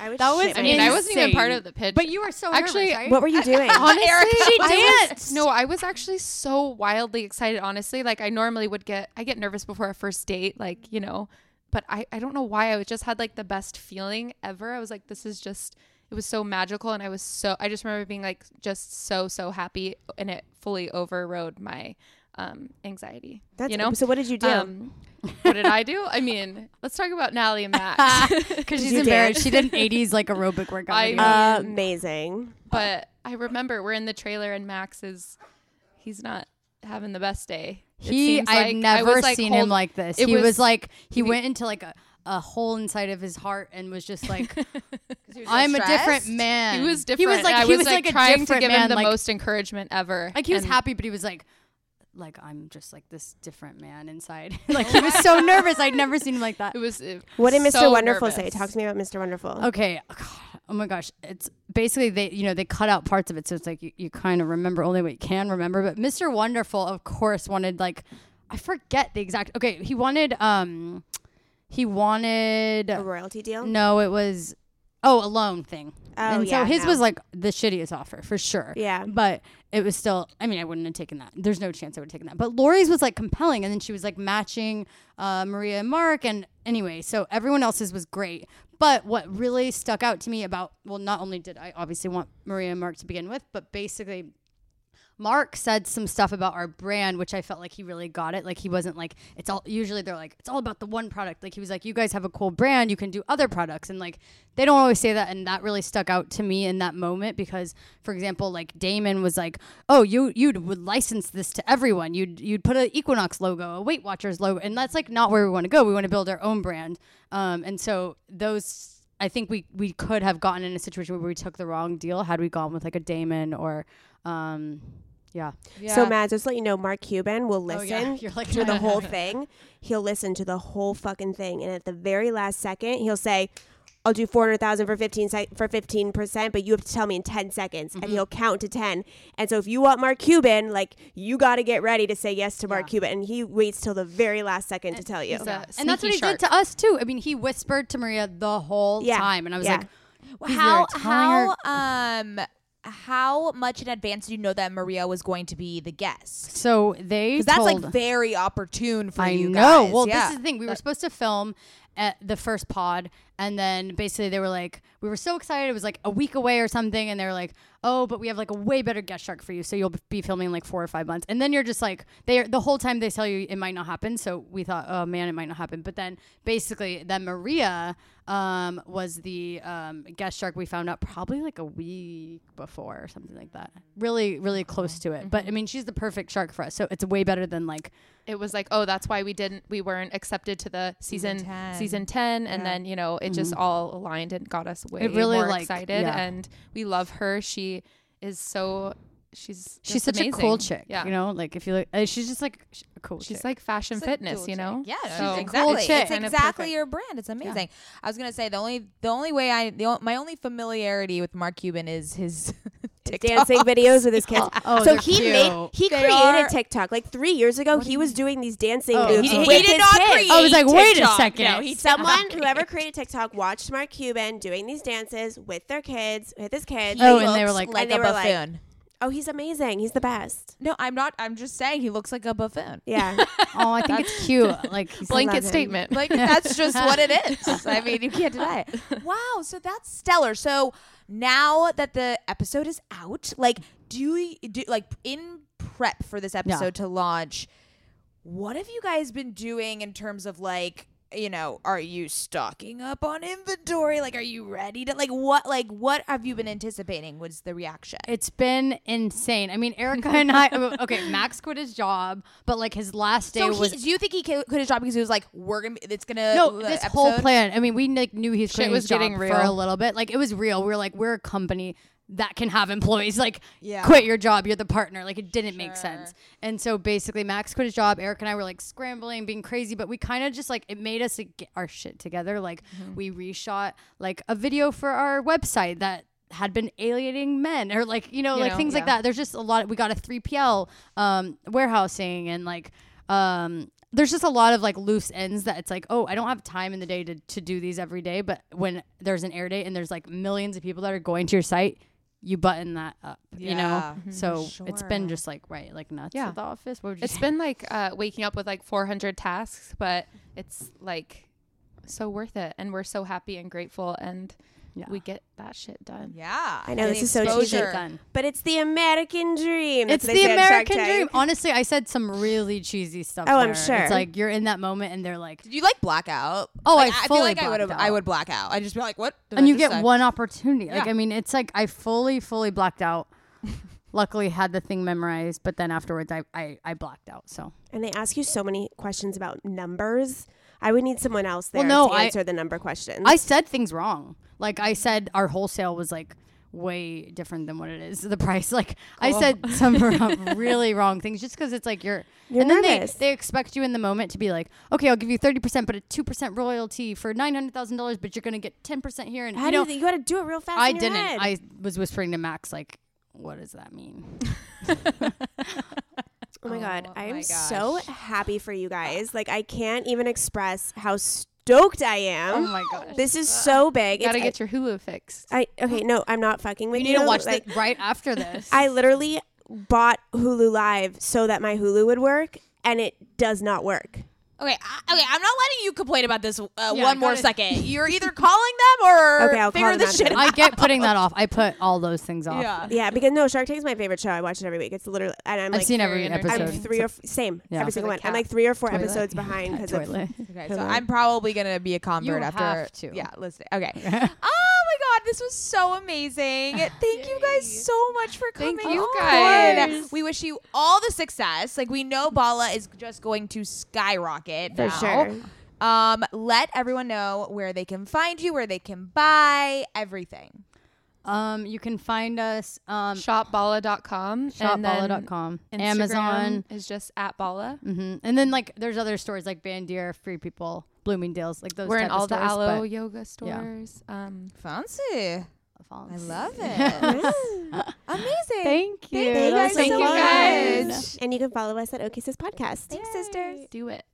I would
That was
shit
I mean, I
myself.
wasn't even part
Insane.
of the pitch.
but you were so
Actually,
nervous, right?
What were you doing?
Honestly,
Erica,
I was, no, I was actually so wildly excited. Honestly, like I normally would get, I get nervous before a first date, like you know, but I, I don't know why. I just had like the best feeling ever. I was like, this is just, it was so magical, and I was so, I just remember being like, just so so happy, and it fully overrode my um anxiety.
That's,
you know,
So what did you do?
Um, what did I do? I mean, let's talk about Natalie and Max.
because she's
you
embarrassed. She did an '80s like aerobic workout.
I-
video.
Uh,
Amazing.
But I remember we're in the trailer and Max is he's not having the best day. It
He,
seems
I've
like. I
never
was, like,
seen
hold-
him like this.
it
He was,
was-
like, he, went into like a, a hole inside of his heart and was just like, I'm a
stressed?
different man.
He was different.
He was like,
I
he was like, a
trying to
different
give
man.
him the
like,
most encouragement ever.
like he was
and
happy, but he was like, like I'm just like this different man inside. like he was so nervous. I'd never seen him like that.
Oh It was. It,
What did Mr.
so
Wonderful
nervous.
say? Talk to me about Mr. Wonderful.
Okay. God. Oh my gosh. It's basically they, you know, they cut out parts of it. So it's like you, you kind of remember only what you can remember. But Mr. Wonderful, of course, wanted like, I forget the exact. Okay. He wanted, um, he wanted,
A royalty deal?
no, it was, oh, a loan thing. and so his
no.
was like the shittiest offer for sure.
Yeah.
But it was still, I mean, I wouldn't have taken that. There's no chance I would have taken that. But Lori's was like compelling. And then she was like matching uh, Maria and Mark. And anyway, so everyone else's was great. But what really stuck out to me about, well, not only did I obviously want Maria and Mark to begin with, but basically Mark said some stuff about our brand, which I felt like he really got it. Like he wasn't like it's all. Usually they're like it's all about the one product. Like he was like, you guys have a cool brand, you can do other products, and like they don't always say that. And that really stuck out to me in that moment because, for example, like Damon was like, oh, you you would license this to everyone. You'd you'd put an Equinox logo, a Weight Watchers logo, and that's like not where we want to go. We want to build our own brand. Um, and so those. I think we, we could have gotten in a situation where we took the wrong deal had we gone with like a Damon or um, yeah. Oh,
So Matt, just to let you know, Mark Cuban will listen
You're like
to the whole thing. He'll listen to the whole fucking thing, and at the very last second, he'll say, "I'll do four hundred thousand for fifteen sec- for fifteen percent, but you have to tell me in ten seconds."
Mm-hmm.
And he'll count to ten. And so, if you want Mark Cuban, like you got to get ready to say yes to Mark
Yeah.
Cuban, and he waits till the very last second to tell you.
He's a
and that's what
sneaky
he
shark.
did to us too. I mean, he whispered to Maria the whole
Yeah.
time, and I was
Yeah.
like, He's
how
there telling
how um how much in advance do you know that Maria was going to be the guest?
so they
Because that's
told-
like very opportune for
I
you
know.
guys.
Well,
yeah.
this is the thing. We were supposed to film at the first pod, and then basically they were like, we were so excited. It was like a week away or something, and they were like, oh, but we have like a way better guest shark for you, so you'll be filming in, like four or five months. And then you're just like, they the whole time they tell you it might not happen. So we thought, oh man, it might not happen. But then basically, then Maria um, was the um, guest shark. We found out probably like a week before or something like that. Really, really close to it.
Mm-hmm.
But I mean, she's the perfect shark for us, so it's way better than like.
It was like, oh, that's why we didn't. We weren't accepted to the season
Season 10.
season ten, and
Yeah.
then you know it just all aligned and got us way
Mm-hmm. really,
more
like,
excited.
yeah.
And we love her. She is so. She's
she's
just
such
amazing.
a cool chick.
Yeah.
You know, like if you look, uh, she's just like sh- a cool.
She's
chick.
like fashion
It's like
fitness,
dual
you know?
check. Yeah,
So-
she's exactly.
Cool
It's
chick.
exactly
Kinda
your brand. It's amazing. I was gonna say the only the only way I the on- my only familiarity with Mark Cuban is his TikTok.
Dancing videos with his kids.
oh,
so
they're
he
cute.
made he
They
created
are-
TikTok like three years ago. He was doing these dancing
Oh,
moves
he- he
with
did
his
not
kids.
create
I was like, wait a
TikTok.
second.
No, he
Someone, whoever created TikTok, watched Mark Cuban doing these dances with their kids, with his kids.
Oh, and they were like-
like
And they
a
were like-
buffoon.
oh, he's amazing. He's the best.
no, I'm not. I'm just saying he looks like a buffoon.
Yeah.
oh, I think it's cute. Like he's
Blanket
love him.
statement.
Like that's just what it is. I mean, you can't deny it. Wow, so that's stellar. So now that the episode is out, like do you do like in prep for this episode to launch, what have you guys been doing in terms of like you know, are you stocking up on inventory? Like, are you ready to like what like what have you been anticipating? Was the reaction?
It's been insane. I mean, Erica and I. Okay, Max quit his job, but like his last day
So
was
he, do you think he ca- quit his job because he was like, we're gonna be, it's gonna
no.
the
This whole
episode-
plan. I mean, we like knew he was
Shit
quitting
was
his job
getting
for a
real.
little bit. Like it was real. We were like, we're a company that can have employees. Like,
Yeah.
quit your job. You're the partner. Like it didn't make sense. And so basically, Max quit his job. Eric and I were like scrambling, being crazy, but we kind of just like it made us like, get our shit together. Like
Mm-hmm.
we reshot like a video for our website that had been alienating men or like you know like
know,
things like
yeah.
that. There's just a lot. We got a 3PL um, warehousing and like um, there's just a lot of like loose ends that it's like oh I don't have time in the day to to do these every day. But when there's an air date and there's like millions of people that are going to your site. You button that up, you
Yeah.
know.
Mm-hmm.
Mhm.
So
For
it's been
sure.
just like right, like nuts
Yeah.
at the office. What would you
It's
say?
been like uh, waking up with like 400 tasks, but it's like so worth it. And we're so happy and grateful. And
Yeah.
we get that shit done.
Yeah,
I know,
And
this
the
is so cheesy.
exposure.
done.
But it's the American dream.
It's
That's what I
the
say on Shark
American
Tank.
dream. Honestly, I said some really cheesy stuff.
Oh, I'm
there.
sure.
It's like you're in that moment and they're like,
Did you like blackout?
Oh,
Like,
I
feel
fully
like I would have.
blacked
I
out.
would black out. I would just be like, what? did
and
I
you
just
get
say?
one opportunity. Like,
Yeah.
I mean, it's like I fully, fully blacked out. Luckily, had the thing memorized, but then afterwards, I, I, I blacked out. So,
And they ask you so many questions about numbers. I would need someone else there
Well, no,
to
I-
answer the number questions.
I said things wrong. Like, I said our wholesale was like way different than what it is. The price, like, I said some wrong- really wrong things just because it's like you're.
You're
and then
nervous.
they they expect you in the moment to be like, okay, I'll give you thirty percent, but a two percent royalty for nine hundred thousand dollars, but you're gonna get ten percent here. And
How
you
do
know,
you, think- you got to do it real fast.
I
in your
didn't.
head.
I was whispering to Max like, "What does that mean?"
Oh my god, I am
my
so happy for you guys. Like I can't even express how stoked I am.
Oh my gosh!
This is so big.
You gotta
It's-
get your Hulu fixed.
I okay, no, I'm not fucking with
You
you.
need to watch
like,
that right after this.
I literally bought Hulu Live so that my Hulu would work and it does not work.
Okay, I, okay. I'm not letting you complain about this uh,
go
one more
to-
second. You're either calling them or
Okay, I'll call
figure
them
this
after
shit.
this.
out.
I get putting that off. I put all those things off.
Yeah.
Yeah, because no, Shark Tank is my favorite show. I watch it every week. It's literally and I'm
I've
like
seen every
very
episode.
I'm
episodes.
three or f- same
Yeah.
every
For
single one.
the
I'm
cat
like three or four
Toilet.
episodes behind because of
Toilet.
Okay,
Hello.
so I'm probably gonna be a convert
You
after.
have to.
Yeah, listen. Okay. oh my god, this was so amazing. Thank you guys so much for coming.
Thank you
on.
guys.
We wish you all the success. Like we know Bala is just going to skyrocket
For
now.
sure.
Um, let everyone know where they can find you, where they can buy everything.
Um, you can find us um
Shopbala.com. and then
shopbala.com,
Instagram
Amazon,
is just at Bala.
hmm and then like there's other stores like Bandier, Free People, Bloomingdale's, like those.
We're
type
in
of
all the
stores,
aloe
but-
yoga stores. Um,
Fancy. I love
Yeah.
it. Amazing.
Thank
Thank you
you. That
guys so
was so
Thank you
fun.
guys.
much. And you can follow us at OK Sis Podcast. Thanks, sisters.
do it.